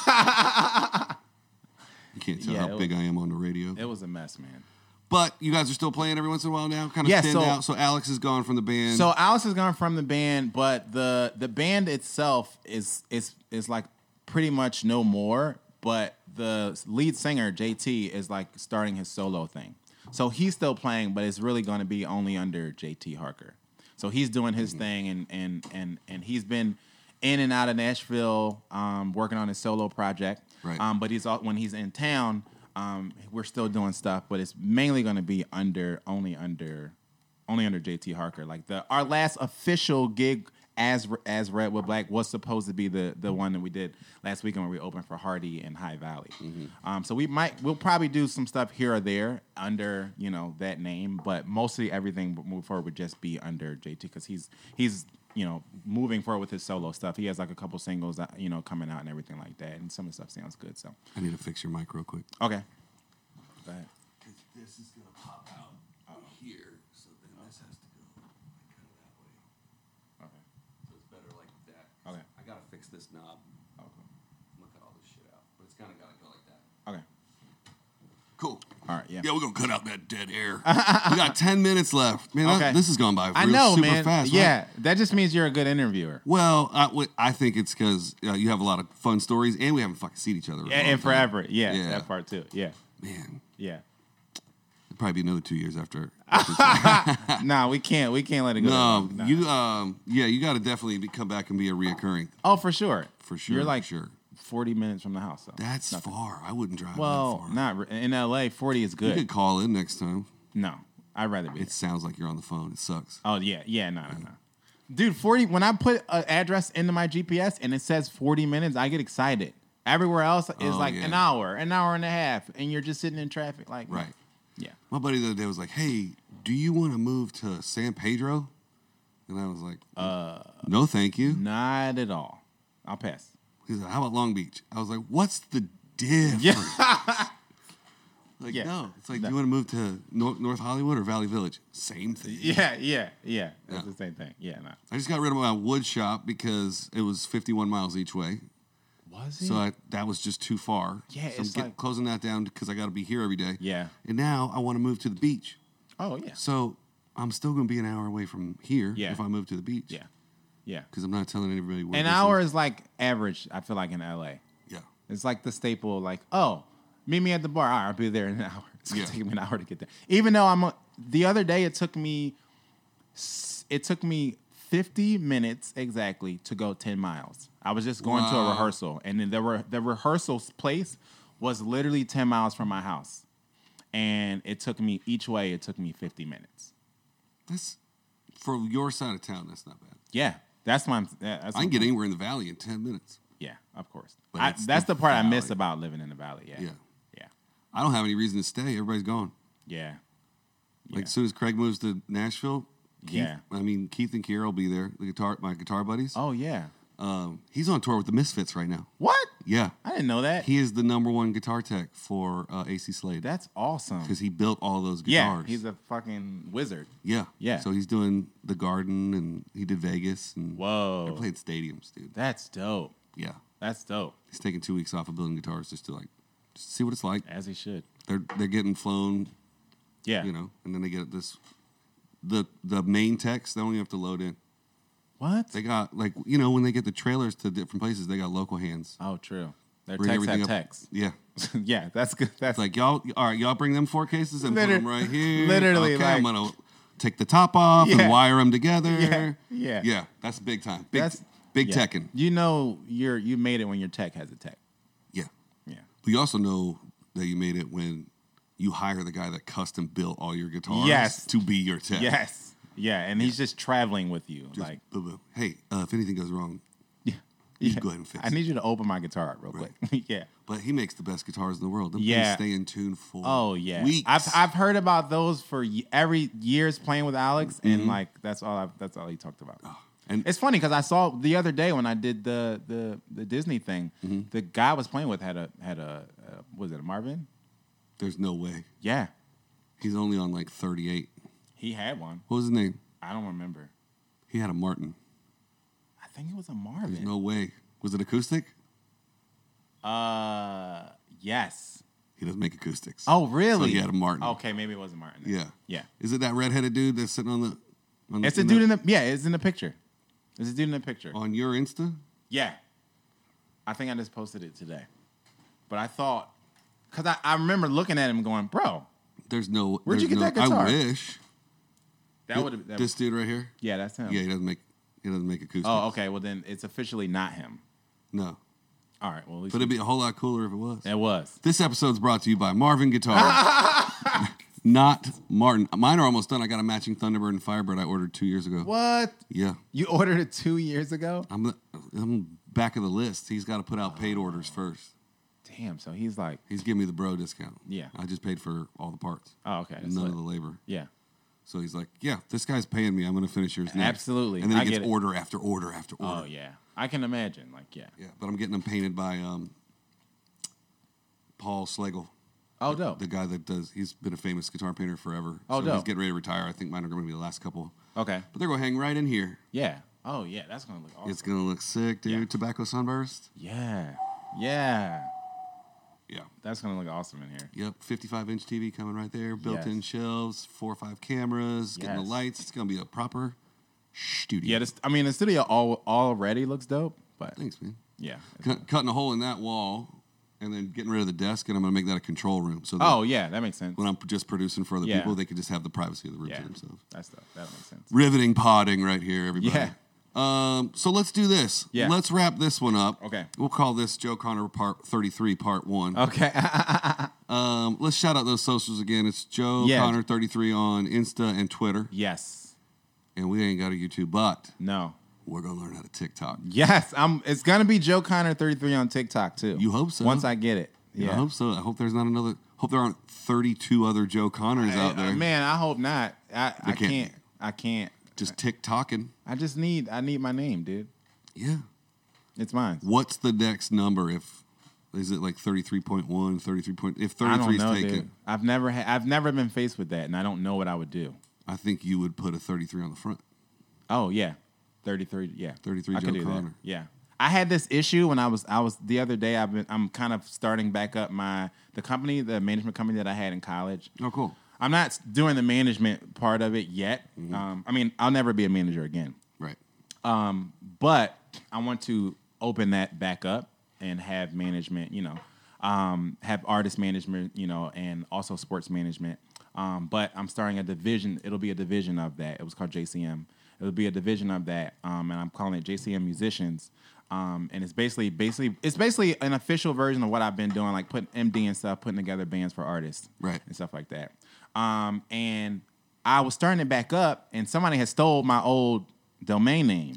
Speaker 1: You can't tell
Speaker 2: Yeah,
Speaker 1: how
Speaker 2: it
Speaker 1: big I am on the radio.
Speaker 2: It was a mess, man.
Speaker 1: But you guys are still playing every once in a while now, kind of
Speaker 2: Yeah,
Speaker 1: stand
Speaker 2: so-
Speaker 1: out. So Alex is gone from the band.
Speaker 2: So Alice is gone from the band, but the the band itself is is is like pretty much no more. But the lead singer JT is like starting his solo thing, so he's still playing, but it's really going to be only under JT Harker. So he's doing his thing, and and and and he's been in and out of Nashville, um, working on his solo project.
Speaker 1: Right.
Speaker 2: Um, but he's all, when he's in town, um, we're still doing stuff, but it's mainly going to be under only under only under JT Harker. Like the our last official gig as as Red with Black was supposed to be the the one that we did last weekend where we opened for Hardy and High Valley. Um, so we might we'll probably do some stuff here or there under you know that name, but mostly everything moving forward would just be under JT because he's he's you know moving forward with his solo stuff. He has like a couple singles that you know coming out and everything like that, and some of the stuff sounds good. So
Speaker 1: I need to fix your mic real quick.
Speaker 2: okay,
Speaker 3: Go ahead.
Speaker 1: This is gonna pop out here, so then this has to go like kind of that way.
Speaker 2: okay,
Speaker 1: So it's better like that.
Speaker 2: Okay.
Speaker 1: I gotta fix this knob.
Speaker 2: okay,
Speaker 1: I'm gonna cut all this shit out, but it's kind of gotta go like that.
Speaker 2: okay.
Speaker 1: Cool.
Speaker 2: All right, yeah.
Speaker 1: Yeah, we're gonna cut out that dead air. we got ten minutes left, man. that-
Speaker 2: Okay.
Speaker 1: this has gone by.
Speaker 2: I
Speaker 1: real
Speaker 2: know,
Speaker 1: super
Speaker 2: man.
Speaker 1: Fast, right?
Speaker 2: yeah, that just means you're a good interviewer.
Speaker 1: Well, I, w- I think it's because uh, you have a lot of fun stories, and we haven't fucking seen each other. in a
Speaker 2: Yeah,
Speaker 1: long
Speaker 2: and
Speaker 1: time.
Speaker 2: forever. Yeah,
Speaker 1: Yeah.
Speaker 2: that part too. Yeah,
Speaker 1: Man,
Speaker 2: yeah.
Speaker 1: it'd probably be another two years after.
Speaker 2: nah, we can't. We can't let it go.
Speaker 1: no,
Speaker 2: Nah.
Speaker 1: you. Um, yeah, you got to definitely be, come back and be a reoccurring
Speaker 2: Oh, for sure.
Speaker 1: for sure.
Speaker 2: You're like
Speaker 1: for sure.
Speaker 2: 40 minutes from the house. So.
Speaker 1: That's far. I wouldn't drive. that
Speaker 2: well,
Speaker 1: far.
Speaker 2: not re- in LA. 40 is
Speaker 1: You
Speaker 2: good.
Speaker 1: could call in next time.
Speaker 2: No, I'd rather be.
Speaker 1: It sounds like you're on the phone. It sucks.
Speaker 2: oh yeah, yeah. No, no, no. Dude, 40. When I put an address into my GPS and it says 40 minutes, I get excited. Everywhere else is
Speaker 1: Oh,
Speaker 2: like
Speaker 1: yeah.
Speaker 2: an hour, an hour and a half, and you're just sitting in traffic. Like
Speaker 1: Right.
Speaker 2: Yeah.
Speaker 1: My buddy the other day was like, "Hey, do you want to move to San Pedro?" And I was like,
Speaker 2: Uh.
Speaker 1: "No, thank you."
Speaker 2: Not at all. I'll pass.
Speaker 1: He said, "How about Long Beach?" I was like, "What's the difference?" like,
Speaker 2: Yeah.
Speaker 1: no. It's like,
Speaker 2: No.
Speaker 1: do you want to move to North, North Hollywood or Valley Village? Same thing.
Speaker 2: Yeah, yeah, yeah. That's
Speaker 1: Yeah.
Speaker 2: the same thing. Yeah, no.
Speaker 1: I just got rid of my wood shop because it was 51 miles each way,
Speaker 2: Was
Speaker 1: so I, that was just too far.
Speaker 2: Mm. Yeah,
Speaker 1: so
Speaker 2: it's
Speaker 1: I'm get-
Speaker 2: like-
Speaker 1: closing that down because I got to be here every day.
Speaker 2: Yeah.
Speaker 1: and now I want to move to the beach,
Speaker 2: oh yeah.
Speaker 1: so I'm still going to be an hour away from here
Speaker 2: Yeah.
Speaker 1: if I move to the beach.
Speaker 2: Yeah. Yeah.
Speaker 1: because I'm not telling anybody where
Speaker 2: An
Speaker 1: this
Speaker 2: hour
Speaker 1: Is.
Speaker 2: is like average, I feel like in LA.
Speaker 1: Yeah,
Speaker 2: It's like the staple, like, oh, meet me at the bar. All right, I'll be there in an hour. It's gonna
Speaker 1: Yeah.
Speaker 2: take me an hour to get there. Even though I'm a, the other day it took me s- it took me 50 minutes exactly to go 10 miles. I was just going to a
Speaker 1: Wow.
Speaker 2: rehearsal and then there were the rehearsal place was literally 10 miles from my house. And it took me each way, it took me 50 minutes.
Speaker 1: that's for your side of town. That's not bad.
Speaker 2: Yeah. That's my that's
Speaker 1: I can get anywhere in the valley in 10 minutes.
Speaker 2: Yeah, of course.
Speaker 1: But
Speaker 2: I,
Speaker 1: it's
Speaker 2: that's
Speaker 1: the
Speaker 2: the, part I miss
Speaker 1: valley.
Speaker 2: about living in the valley. Yeah.
Speaker 1: Yeah.
Speaker 2: Yeah.
Speaker 1: I don't have any reason to stay. Everybody's gone.
Speaker 2: Yeah.
Speaker 1: Like
Speaker 2: Yeah.
Speaker 1: as soon as Craig moves to Nashville, Keith,
Speaker 2: Yeah.
Speaker 1: I mean Keith and Kiera will be there. The guitar, my guitar buddies.
Speaker 2: Oh yeah.
Speaker 1: Um, he's on tour with the Misfits right now.
Speaker 2: What?
Speaker 1: Yeah,
Speaker 2: I didn't know that.
Speaker 1: he is the number one guitar tech for uh, AC Slade
Speaker 2: That's awesome.
Speaker 1: because he built all those
Speaker 2: Yeah,
Speaker 1: guitars.
Speaker 2: he's a fucking wizard.
Speaker 1: yeah,
Speaker 2: Yeah.
Speaker 1: So he's doing the Garden and he did Vegas and they're
Speaker 2: Whoa.
Speaker 1: playing stadiums, dude.
Speaker 2: That's dope.
Speaker 1: Yeah,
Speaker 2: That's dope.
Speaker 1: he's taking two weeks off of building guitars just to like just see what it's like.
Speaker 2: As he should.
Speaker 1: They're they're getting flown
Speaker 2: Yeah.
Speaker 1: you know, and then they get this the the main text. They only have to load in.
Speaker 2: What?
Speaker 1: They got like you know when they get the trailers to different places, they got local hands.
Speaker 2: oh, true. Their
Speaker 1: Bring
Speaker 2: texts
Speaker 1: everything
Speaker 2: have
Speaker 1: up.
Speaker 2: texts.
Speaker 1: Yeah,
Speaker 2: yeah, that's good. That's
Speaker 1: it's like y'all. All right, y'all bring them four cases and put
Speaker 2: Liter-
Speaker 1: them right here.
Speaker 2: literally,
Speaker 1: okay, I'm
Speaker 2: like-
Speaker 1: gonna take the top off
Speaker 2: Yeah.
Speaker 1: and wire them together.
Speaker 2: Yeah, yeah.
Speaker 1: yeah. That's big time. Big
Speaker 2: That's-
Speaker 1: big
Speaker 2: yeah.
Speaker 1: teching.
Speaker 2: You know, you're you made it when your tech has a tech.
Speaker 1: Yeah,
Speaker 2: Yeah.
Speaker 1: but you also know that you made it when you hire the guy that custom built all your guitars.
Speaker 2: Yes.
Speaker 1: to be your tech.
Speaker 2: Yes. Yeah, and he's just traveling with you.
Speaker 1: Just,
Speaker 2: like,
Speaker 1: boom, boom. hey, uh, if anything goes wrong,
Speaker 2: yeah.
Speaker 1: you
Speaker 2: Yeah.
Speaker 1: go ahead and fix
Speaker 2: I
Speaker 1: it.
Speaker 2: need you to open my guitar up real
Speaker 1: Right.
Speaker 2: quick. yeah.
Speaker 1: But he makes the best guitars in the world. Them
Speaker 2: Yeah.
Speaker 1: things stay in tune for.
Speaker 2: Oh yeah,
Speaker 1: weeks.
Speaker 2: I've I've heard about those for y- every years playing with Alex, and like that's all I've, that's all he talked about.
Speaker 1: and
Speaker 2: It's funny because I saw the other day when I did the the, the Disney thing, the guy I was playing with had a had a uh, was it a Marvin?
Speaker 1: there's no way
Speaker 2: Yeah,
Speaker 1: he's only on like 38.
Speaker 2: he had one.
Speaker 1: What was his name?
Speaker 2: I don't remember.
Speaker 1: He had a Martin.
Speaker 2: I think it was a
Speaker 1: There's
Speaker 2: Marvin.
Speaker 1: no way. Was it acoustic?
Speaker 2: Uh, yes.
Speaker 1: He doesn't make acoustics.
Speaker 2: Oh really?
Speaker 1: So he had a Martin.
Speaker 2: Okay, maybe it wasn't Martin. then.
Speaker 1: Yeah.
Speaker 2: yeah.
Speaker 1: Is it that redheaded dude that's sitting on the? On
Speaker 2: It's a dude in the yeah. It's in the picture. It's a dude in the picture.
Speaker 1: on your Insta.
Speaker 2: Yeah. I think I just posted it today. But I thought, because I, I remember looking at him going, bro,
Speaker 1: There's no.
Speaker 2: Where'd you
Speaker 1: there's
Speaker 2: get
Speaker 1: no-
Speaker 2: that guitar?
Speaker 1: I wish.
Speaker 2: that would have
Speaker 1: this dude right here.
Speaker 2: Yeah, that's him.
Speaker 1: Yeah, he doesn't make. He doesn't make acoustics.
Speaker 2: oh, okay. Well, then it's officially not him.
Speaker 1: No,
Speaker 2: All right. Well, at least
Speaker 1: but it'd be a whole lot cooler if it was.
Speaker 2: it was.
Speaker 1: This episode's brought to you by Marvin Guitars, not Martin. Mine are almost done. I got a matching Thunderbird and Firebird I ordered two years ago.
Speaker 2: What?
Speaker 1: Yeah,
Speaker 2: You ordered it two years ago?
Speaker 1: I'm I'm back of the list. He's got to put out paid orders first.
Speaker 2: Damn. So he's like,
Speaker 1: He's giving me the bro discount.
Speaker 2: Yeah.
Speaker 1: I just paid for all the parts.
Speaker 2: oh, okay. that's
Speaker 1: none
Speaker 2: lit.
Speaker 1: of the labor.
Speaker 2: yeah.
Speaker 1: So he's like, "Yeah, this guy's paying me. I'm going to finish yours next."
Speaker 2: Absolutely.
Speaker 1: And then he
Speaker 2: I
Speaker 1: gets
Speaker 2: get it.
Speaker 1: order after order after order.
Speaker 2: Oh yeah, I can imagine. Like yeah.
Speaker 1: Yeah, but I'm getting them painted by um, Paul Slagle,
Speaker 2: Oh dope.
Speaker 1: the guy that does. He's been a famous guitar painter forever.
Speaker 2: Oh,
Speaker 1: so
Speaker 2: dope.
Speaker 1: he's getting ready to retire. I think mine are going to be the last couple.
Speaker 2: Okay.
Speaker 1: But they're going to hang right in here.
Speaker 2: Yeah. Oh yeah, that's gonna look awesome.
Speaker 1: It's going to look sick, dude.
Speaker 2: Yeah.
Speaker 1: Tobacco sunburst.
Speaker 2: yeah. Yeah.
Speaker 1: Yeah.
Speaker 2: That's gonna look awesome in here.
Speaker 1: Yep, 55 inch TV coming right there, built in
Speaker 2: Yes.
Speaker 1: shelves, four or five cameras, getting
Speaker 2: Yes.
Speaker 1: the lights. It's gonna be a proper studio.
Speaker 2: Yeah. This, I mean, the studio all, already looks dope, but
Speaker 1: Thanks, man.
Speaker 2: yeah.
Speaker 1: Cut, cutting a hole in that wall and then getting rid of the desk, and I'm gonna make that a control room. So that
Speaker 2: Oh yeah, that makes sense.
Speaker 1: when I'm just producing for other
Speaker 2: Yeah.
Speaker 1: people, they can just have the privacy of the room
Speaker 2: yeah.
Speaker 1: to themselves.
Speaker 2: That's dope. That makes sense.
Speaker 1: Riveting podding right here, everybody.
Speaker 2: Yeah.
Speaker 1: Um, so let's do this.
Speaker 2: Yeah.
Speaker 1: Let's wrap this one up.
Speaker 2: Okay. Uh.
Speaker 1: We'll call this Joe Connor Part 33, Part 1.
Speaker 2: Okay.
Speaker 1: Um, let's shout out those socials again. It's Joe
Speaker 2: Yeah.
Speaker 1: Connor 33 on Insta and Twitter.
Speaker 2: yes.
Speaker 1: and we ain't got a YouTube, but
Speaker 2: No.
Speaker 1: we're gonna learn how to TikTok.
Speaker 2: Yes. I'm. It's gonna be Joe Connor 33 on TikTok too.
Speaker 1: You hope so.
Speaker 2: Once I get it.
Speaker 1: I
Speaker 2: Yeah.
Speaker 1: hope so. I hope there's not another. Hope there aren't 32 other Joe Connors
Speaker 2: I-
Speaker 1: out there
Speaker 2: I- uh, man, I hope not. I, I
Speaker 1: can't be.
Speaker 2: can't. I can't.
Speaker 1: just TikToking.
Speaker 2: I just need. I need my name, dude.
Speaker 1: Yeah.
Speaker 2: It's mine.
Speaker 1: What's the next number? If is it like 33.1, 33 point? If 33
Speaker 2: I don't
Speaker 1: is
Speaker 2: know,
Speaker 1: taken,
Speaker 2: dude. I've never ha- I've never been faced with that, and I don't know what I would do.
Speaker 1: I think you would put a 33 on the front.
Speaker 2: Oh yeah, thirty three. Yeah,
Speaker 1: 33
Speaker 2: I
Speaker 1: Joe
Speaker 2: could do that.
Speaker 1: Connor.
Speaker 2: Yeah, I had this issue when I was I was the other day. I've been I'm kind of starting back up my the company, the management company that I had in college.
Speaker 1: Oh, cool.
Speaker 2: I'm not s- doing the management part of it yet.
Speaker 1: Mm-hmm.
Speaker 2: Um, I mean, I'll never be a manager again,
Speaker 1: Right.
Speaker 2: but I want to open that back up and have management. You know, um, have artist management. You know, and also sports management. Um, but I'm starting a division. It'll be a division of that. It was called JCM. It'll be a division of that, um, and I'm calling it JCM Musicians. Um, and it's basically, basically, it's basically an official version of what I've been doing, like putting MD and stuff, putting together bands for artists,
Speaker 1: Right.
Speaker 2: and stuff like that. Um, and I was starting it back up, and somebody had stole my old domain name.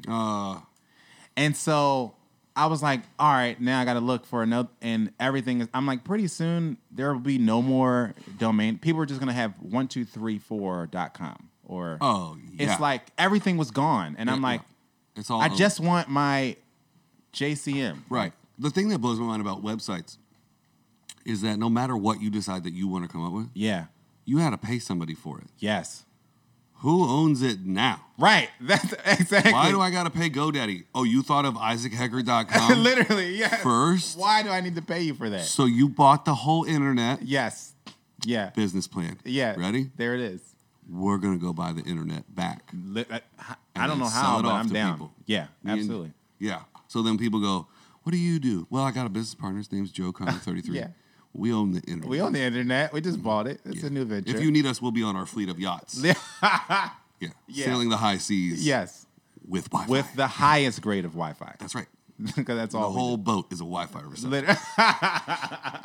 Speaker 2: And so I was like, all right, now I got to look for another. And everything is, I'm like, pretty soon there will be no more domain. People are just going to have 1234.com or.
Speaker 1: Oh, yeah.
Speaker 2: It's like everything was gone. And I'm
Speaker 1: Yeah,
Speaker 2: like,
Speaker 1: yeah. it's all.
Speaker 2: I just want my JCM.
Speaker 1: right. The thing that blows my mind about websites is that no matter what you decide that you want to come up with,
Speaker 2: Yeah.
Speaker 1: you had to pay somebody for it.
Speaker 2: Yes.
Speaker 1: Who owns it now?
Speaker 2: Right. That's exactly.
Speaker 1: Why do I gotta pay GoDaddy? Oh, you thought of IsaacHecker.com
Speaker 2: Literally, yes.
Speaker 1: first?
Speaker 2: Why do I need to pay you for that?
Speaker 1: So you bought the whole internet
Speaker 2: Yes. Yeah.
Speaker 1: business plan.
Speaker 2: Yeah.
Speaker 1: Ready?
Speaker 2: There it is.
Speaker 1: We're gonna go buy the internet back. Me
Speaker 2: Li- I- I
Speaker 1: And
Speaker 2: don't know
Speaker 1: then sell
Speaker 2: how,
Speaker 1: it
Speaker 2: but
Speaker 1: off
Speaker 2: I'm
Speaker 1: to
Speaker 2: down.
Speaker 1: people.
Speaker 2: Yeah,
Speaker 1: and-
Speaker 2: absolutely.
Speaker 1: yeah. So then people go, What do you do? Well, I got a business partner. His name's Joe Connor 33.
Speaker 2: Yeah.
Speaker 1: We own the internet.
Speaker 2: We own the internet. We just bought it. It's
Speaker 1: Yeah.
Speaker 2: a new venture.
Speaker 1: If you need us, we'll be on our fleet of yachts.
Speaker 2: Yeah.
Speaker 1: Yeah.
Speaker 2: Yeah.
Speaker 1: Sailing the high seas.
Speaker 2: yes,
Speaker 1: With Wi Fi.
Speaker 2: with the highest grade of Wi-Fi,
Speaker 1: That's right.
Speaker 2: because that's
Speaker 1: The
Speaker 2: all. we
Speaker 1: whole boat is a Wi Fi
Speaker 2: do.
Speaker 1: receptor.
Speaker 2: Lit-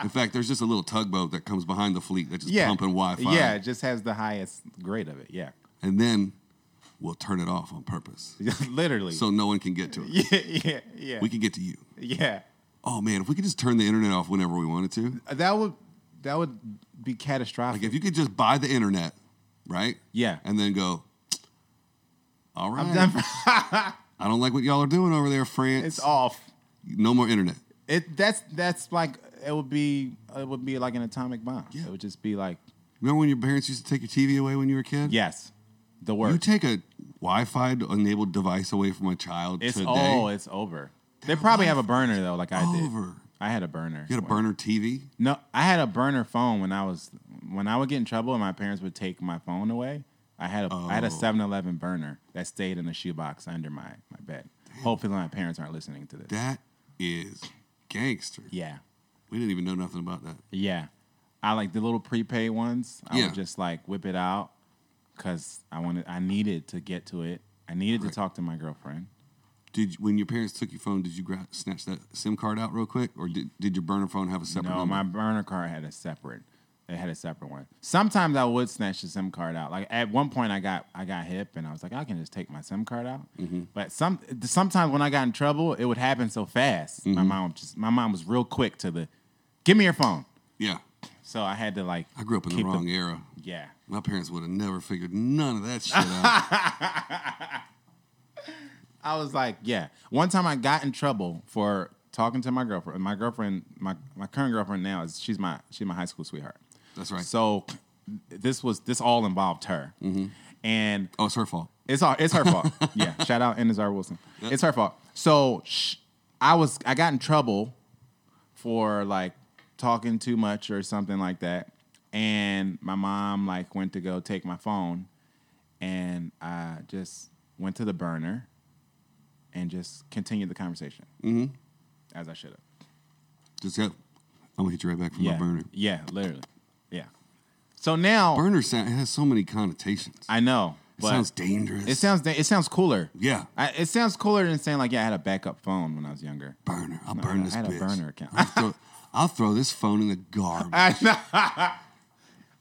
Speaker 1: In fact, there's just a little tugboat that comes behind the fleet that's just
Speaker 2: yeah,
Speaker 1: pumping Wi-Fi.
Speaker 2: Yeah, it just has the highest grade of it. Yeah,
Speaker 1: and then we'll turn it off on purpose
Speaker 2: literally.
Speaker 1: so no one can get to it.
Speaker 2: yeah, yeah, yeah,
Speaker 1: We can get to you.
Speaker 2: yeah.
Speaker 1: Oh man, if we could just turn the internet off whenever we wanted to,
Speaker 2: That would that would be catastrophic.
Speaker 1: like if you could just buy the internet, right?
Speaker 2: Yeah.
Speaker 1: and then go. All right.
Speaker 2: done
Speaker 1: I don't like what y'all are doing over there, France.
Speaker 2: it's off.
Speaker 1: no more internet.
Speaker 2: It that's that's like it would be it would be like an atomic bomb.
Speaker 1: Yeah.
Speaker 2: It would just be like
Speaker 1: Remember when your parents used to take your TV away when you were a kid?
Speaker 2: yes, the
Speaker 1: You
Speaker 2: worst.
Speaker 1: take a Wi-Fi enabled device away from a child
Speaker 2: It's
Speaker 1: today.
Speaker 2: oh, it's over. They probably have a burner though, like I did.
Speaker 1: over.
Speaker 2: I had a burner.
Speaker 1: You had a burner TV.
Speaker 2: No, I had a burner phone when I was when I would get in trouble and my parents would take my phone away. I had a I had a
Speaker 1: Oh.
Speaker 2: 7-Eleven burner that stayed in a shoebox under my my bed. Hopefully my parents aren't listening to this.
Speaker 1: That is gangster.
Speaker 2: Yeah.
Speaker 1: We didn't even know nothing about that.
Speaker 2: Yeah. I like the little prepaid ones. I
Speaker 1: Yeah.
Speaker 2: would just like whip it out cuz I wanted I needed to get to it. I needed to talk to my girlfriend.
Speaker 1: Did you- when your parents took your phone, did you gra- snatch that SIM card out real quick, or did, did your burner phone have a separate?
Speaker 2: No,
Speaker 1: number?
Speaker 2: my burner card had a separate. It had a separate one. Sometimes I would snatch the SIM card out. Like at one point, I got I got hip, and I was like, I can just take my SIM card out.
Speaker 1: Mm-hmm.
Speaker 2: But some sometimes when I got in trouble, it would
Speaker 1: Mm-hmm.
Speaker 2: happen so fast. My mom just my mom was real quick to the, give me your phone.
Speaker 1: yeah,
Speaker 2: So I had to like.
Speaker 1: I grew up in the
Speaker 2: keep
Speaker 1: wrong era.
Speaker 2: Yeah.
Speaker 1: My parents would have never figured none of that shit out.
Speaker 2: I was like, yeah. One time I got in trouble for talking to my girlfriend. And My girlfriend, my, my current girlfriend now is she's my she's my high school sweetheart.
Speaker 1: That's right.
Speaker 2: So this was this all involved her.
Speaker 1: Mm-hmm.
Speaker 2: And
Speaker 1: oh, it's her fault.
Speaker 2: it's all it's her fault. yeah. Shout out Inazar Wilson. It's her fault. So sh- I was I got in trouble for like talking too much or something like that. And my mom like went to go take my phone and I just went to the burner and just continued the conversation. Mm-hmm. As I should have.
Speaker 1: Just go. I'm gonna hit you right back from
Speaker 2: Yeah.
Speaker 1: my burner.
Speaker 2: Yeah, literally. Yeah. So now
Speaker 1: Burner sound it has so many connotations.
Speaker 2: I know.
Speaker 1: it
Speaker 2: but-
Speaker 1: sounds dangerous.
Speaker 2: It sounds it sounds cooler.
Speaker 1: Yeah.
Speaker 2: I, it sounds cooler than saying like, yeah, I had a backup phone when I was younger.
Speaker 1: burner. I'll
Speaker 2: No,
Speaker 1: burn
Speaker 2: I
Speaker 1: this
Speaker 2: had a
Speaker 1: bitch.
Speaker 2: burner account.
Speaker 1: I'll throw, I'll throw this phone in the garbage.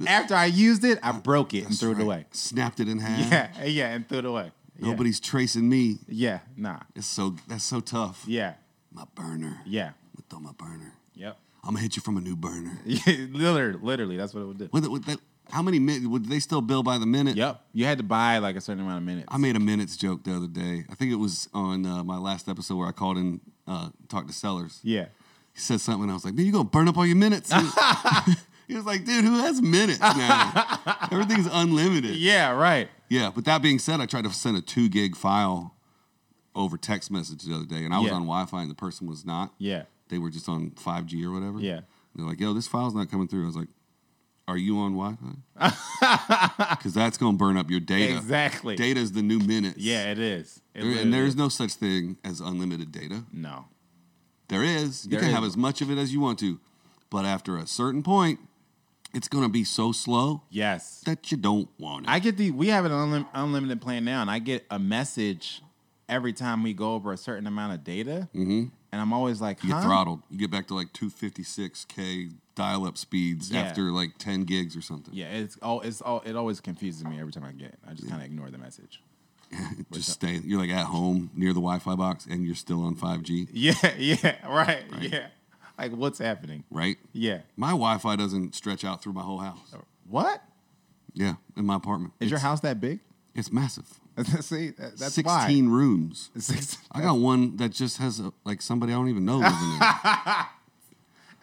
Speaker 2: After I used it, I broke it and threw it
Speaker 1: Right.
Speaker 2: away.
Speaker 1: Snapped it in half.
Speaker 2: Yeah, yeah, and threw it away. Yeah.
Speaker 1: Nobody's tracing me.
Speaker 2: Yeah, nah.
Speaker 1: It's so that's so tough.
Speaker 2: Yeah,
Speaker 1: My burner.
Speaker 2: yeah,
Speaker 1: I'm gonna throw my burner.
Speaker 2: yep.
Speaker 1: I'm gonna hit you from a new burner.
Speaker 2: literally, literally, that's what it would do.
Speaker 1: With, with that, how many minutes would they still bill by the minute?
Speaker 2: Yep. You had to buy like a certain amount of minutes.
Speaker 1: I made a minutes joke the other day. I think it was on uh, my last episode where I called in, uh, talked to Sellers.
Speaker 2: yeah.
Speaker 1: He said something, and I was like, "Man, you gonna burn up all your minutes?" he was like, "Dude, who has minutes now? Everything's unlimited."
Speaker 2: Yeah. Right.
Speaker 1: Yeah, but that being said, I tried to send a two gig file over text message the other day, and I was
Speaker 2: Yeah.
Speaker 1: on Wi Fi and the person was not.
Speaker 2: Yeah.
Speaker 1: They were just on 5G or whatever.
Speaker 2: Yeah.
Speaker 1: And they're like, yo, this file's not coming through. I was like, are you on Wi Fi? Because that's going to burn up your data.
Speaker 2: Exactly.
Speaker 1: Data is the new minutes.
Speaker 2: Yeah, it is. It
Speaker 1: There-
Speaker 2: literally
Speaker 1: and there's
Speaker 2: is.
Speaker 1: no such thing as unlimited data.
Speaker 2: no.
Speaker 1: There is. You
Speaker 2: There
Speaker 1: can
Speaker 2: is.
Speaker 1: have as much of it as you want to. But after a certain point, it's going to be so slow
Speaker 2: Yes.
Speaker 1: that you don't want it.
Speaker 2: I get the we have an unlim- unlimited plan now, and I get a message every time we go over a certain amount of data, and I'm always like,
Speaker 1: Mm-hmm. You get
Speaker 2: huh?
Speaker 1: throttled. You get back to like 256k dial-up speeds
Speaker 2: Yeah.
Speaker 1: after like 10 gigs or something.
Speaker 2: Yeah, it's all it's all it always confuses me every time I get. it. I just kind of ignore the message.
Speaker 1: Just stay. You're like at home near the Wi-Fi box, and you're still on 5G,
Speaker 2: Yeah, yeah, right, yeah. Like what's happening?
Speaker 1: right?
Speaker 2: Yeah,
Speaker 1: My Wi-Fi doesn't stretch out through my whole house.
Speaker 2: what
Speaker 1: Yeah, in my apartment,
Speaker 2: is your house that big?
Speaker 1: it's massive.
Speaker 2: See, that, that's why.
Speaker 1: Sixteen rooms.
Speaker 2: Six,
Speaker 1: I got one that just has a, like somebody I don't even know living there.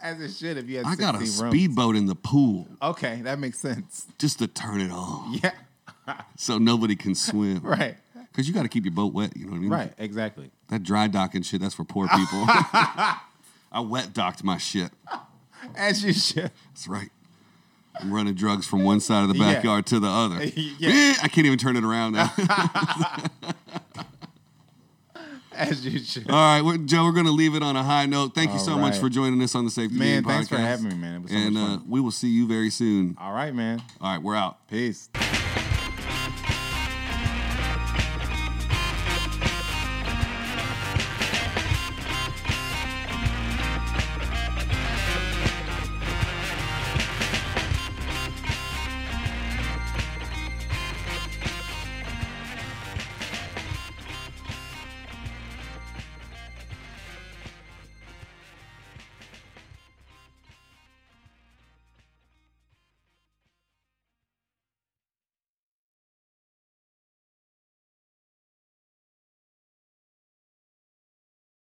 Speaker 2: as it should if you had.
Speaker 1: I got a
Speaker 2: 16 rooms.
Speaker 1: speedboat in the pool
Speaker 2: Okay, that makes sense.
Speaker 1: just to turn it on,
Speaker 2: Yeah,
Speaker 1: so nobody can swim.
Speaker 2: right,
Speaker 1: Because you got to keep your boat wet. You know what I mean?
Speaker 2: right, exactly.
Speaker 1: That dry docking shit, that's for poor people. I wet docked my shit.
Speaker 2: As you should.
Speaker 1: That's right. I'm running drugs from one side of the
Speaker 2: Yeah.
Speaker 1: backyard to the other.
Speaker 2: Yeah.
Speaker 1: Eh, I can't even turn it around now. All
Speaker 2: As you should.
Speaker 1: right, we're, Joe, we're going to leave it on a high note. Thank you
Speaker 2: All
Speaker 1: so much
Speaker 2: right.
Speaker 1: for joining us on the Safety
Speaker 2: Man,
Speaker 1: Meeting
Speaker 2: thanks for
Speaker 1: Podcast.
Speaker 2: having me, man. It was so
Speaker 1: and
Speaker 2: much
Speaker 1: uh,
Speaker 2: fun.
Speaker 1: we will see you very soon.
Speaker 2: All right, man.
Speaker 1: All right, we're out.
Speaker 2: Peace.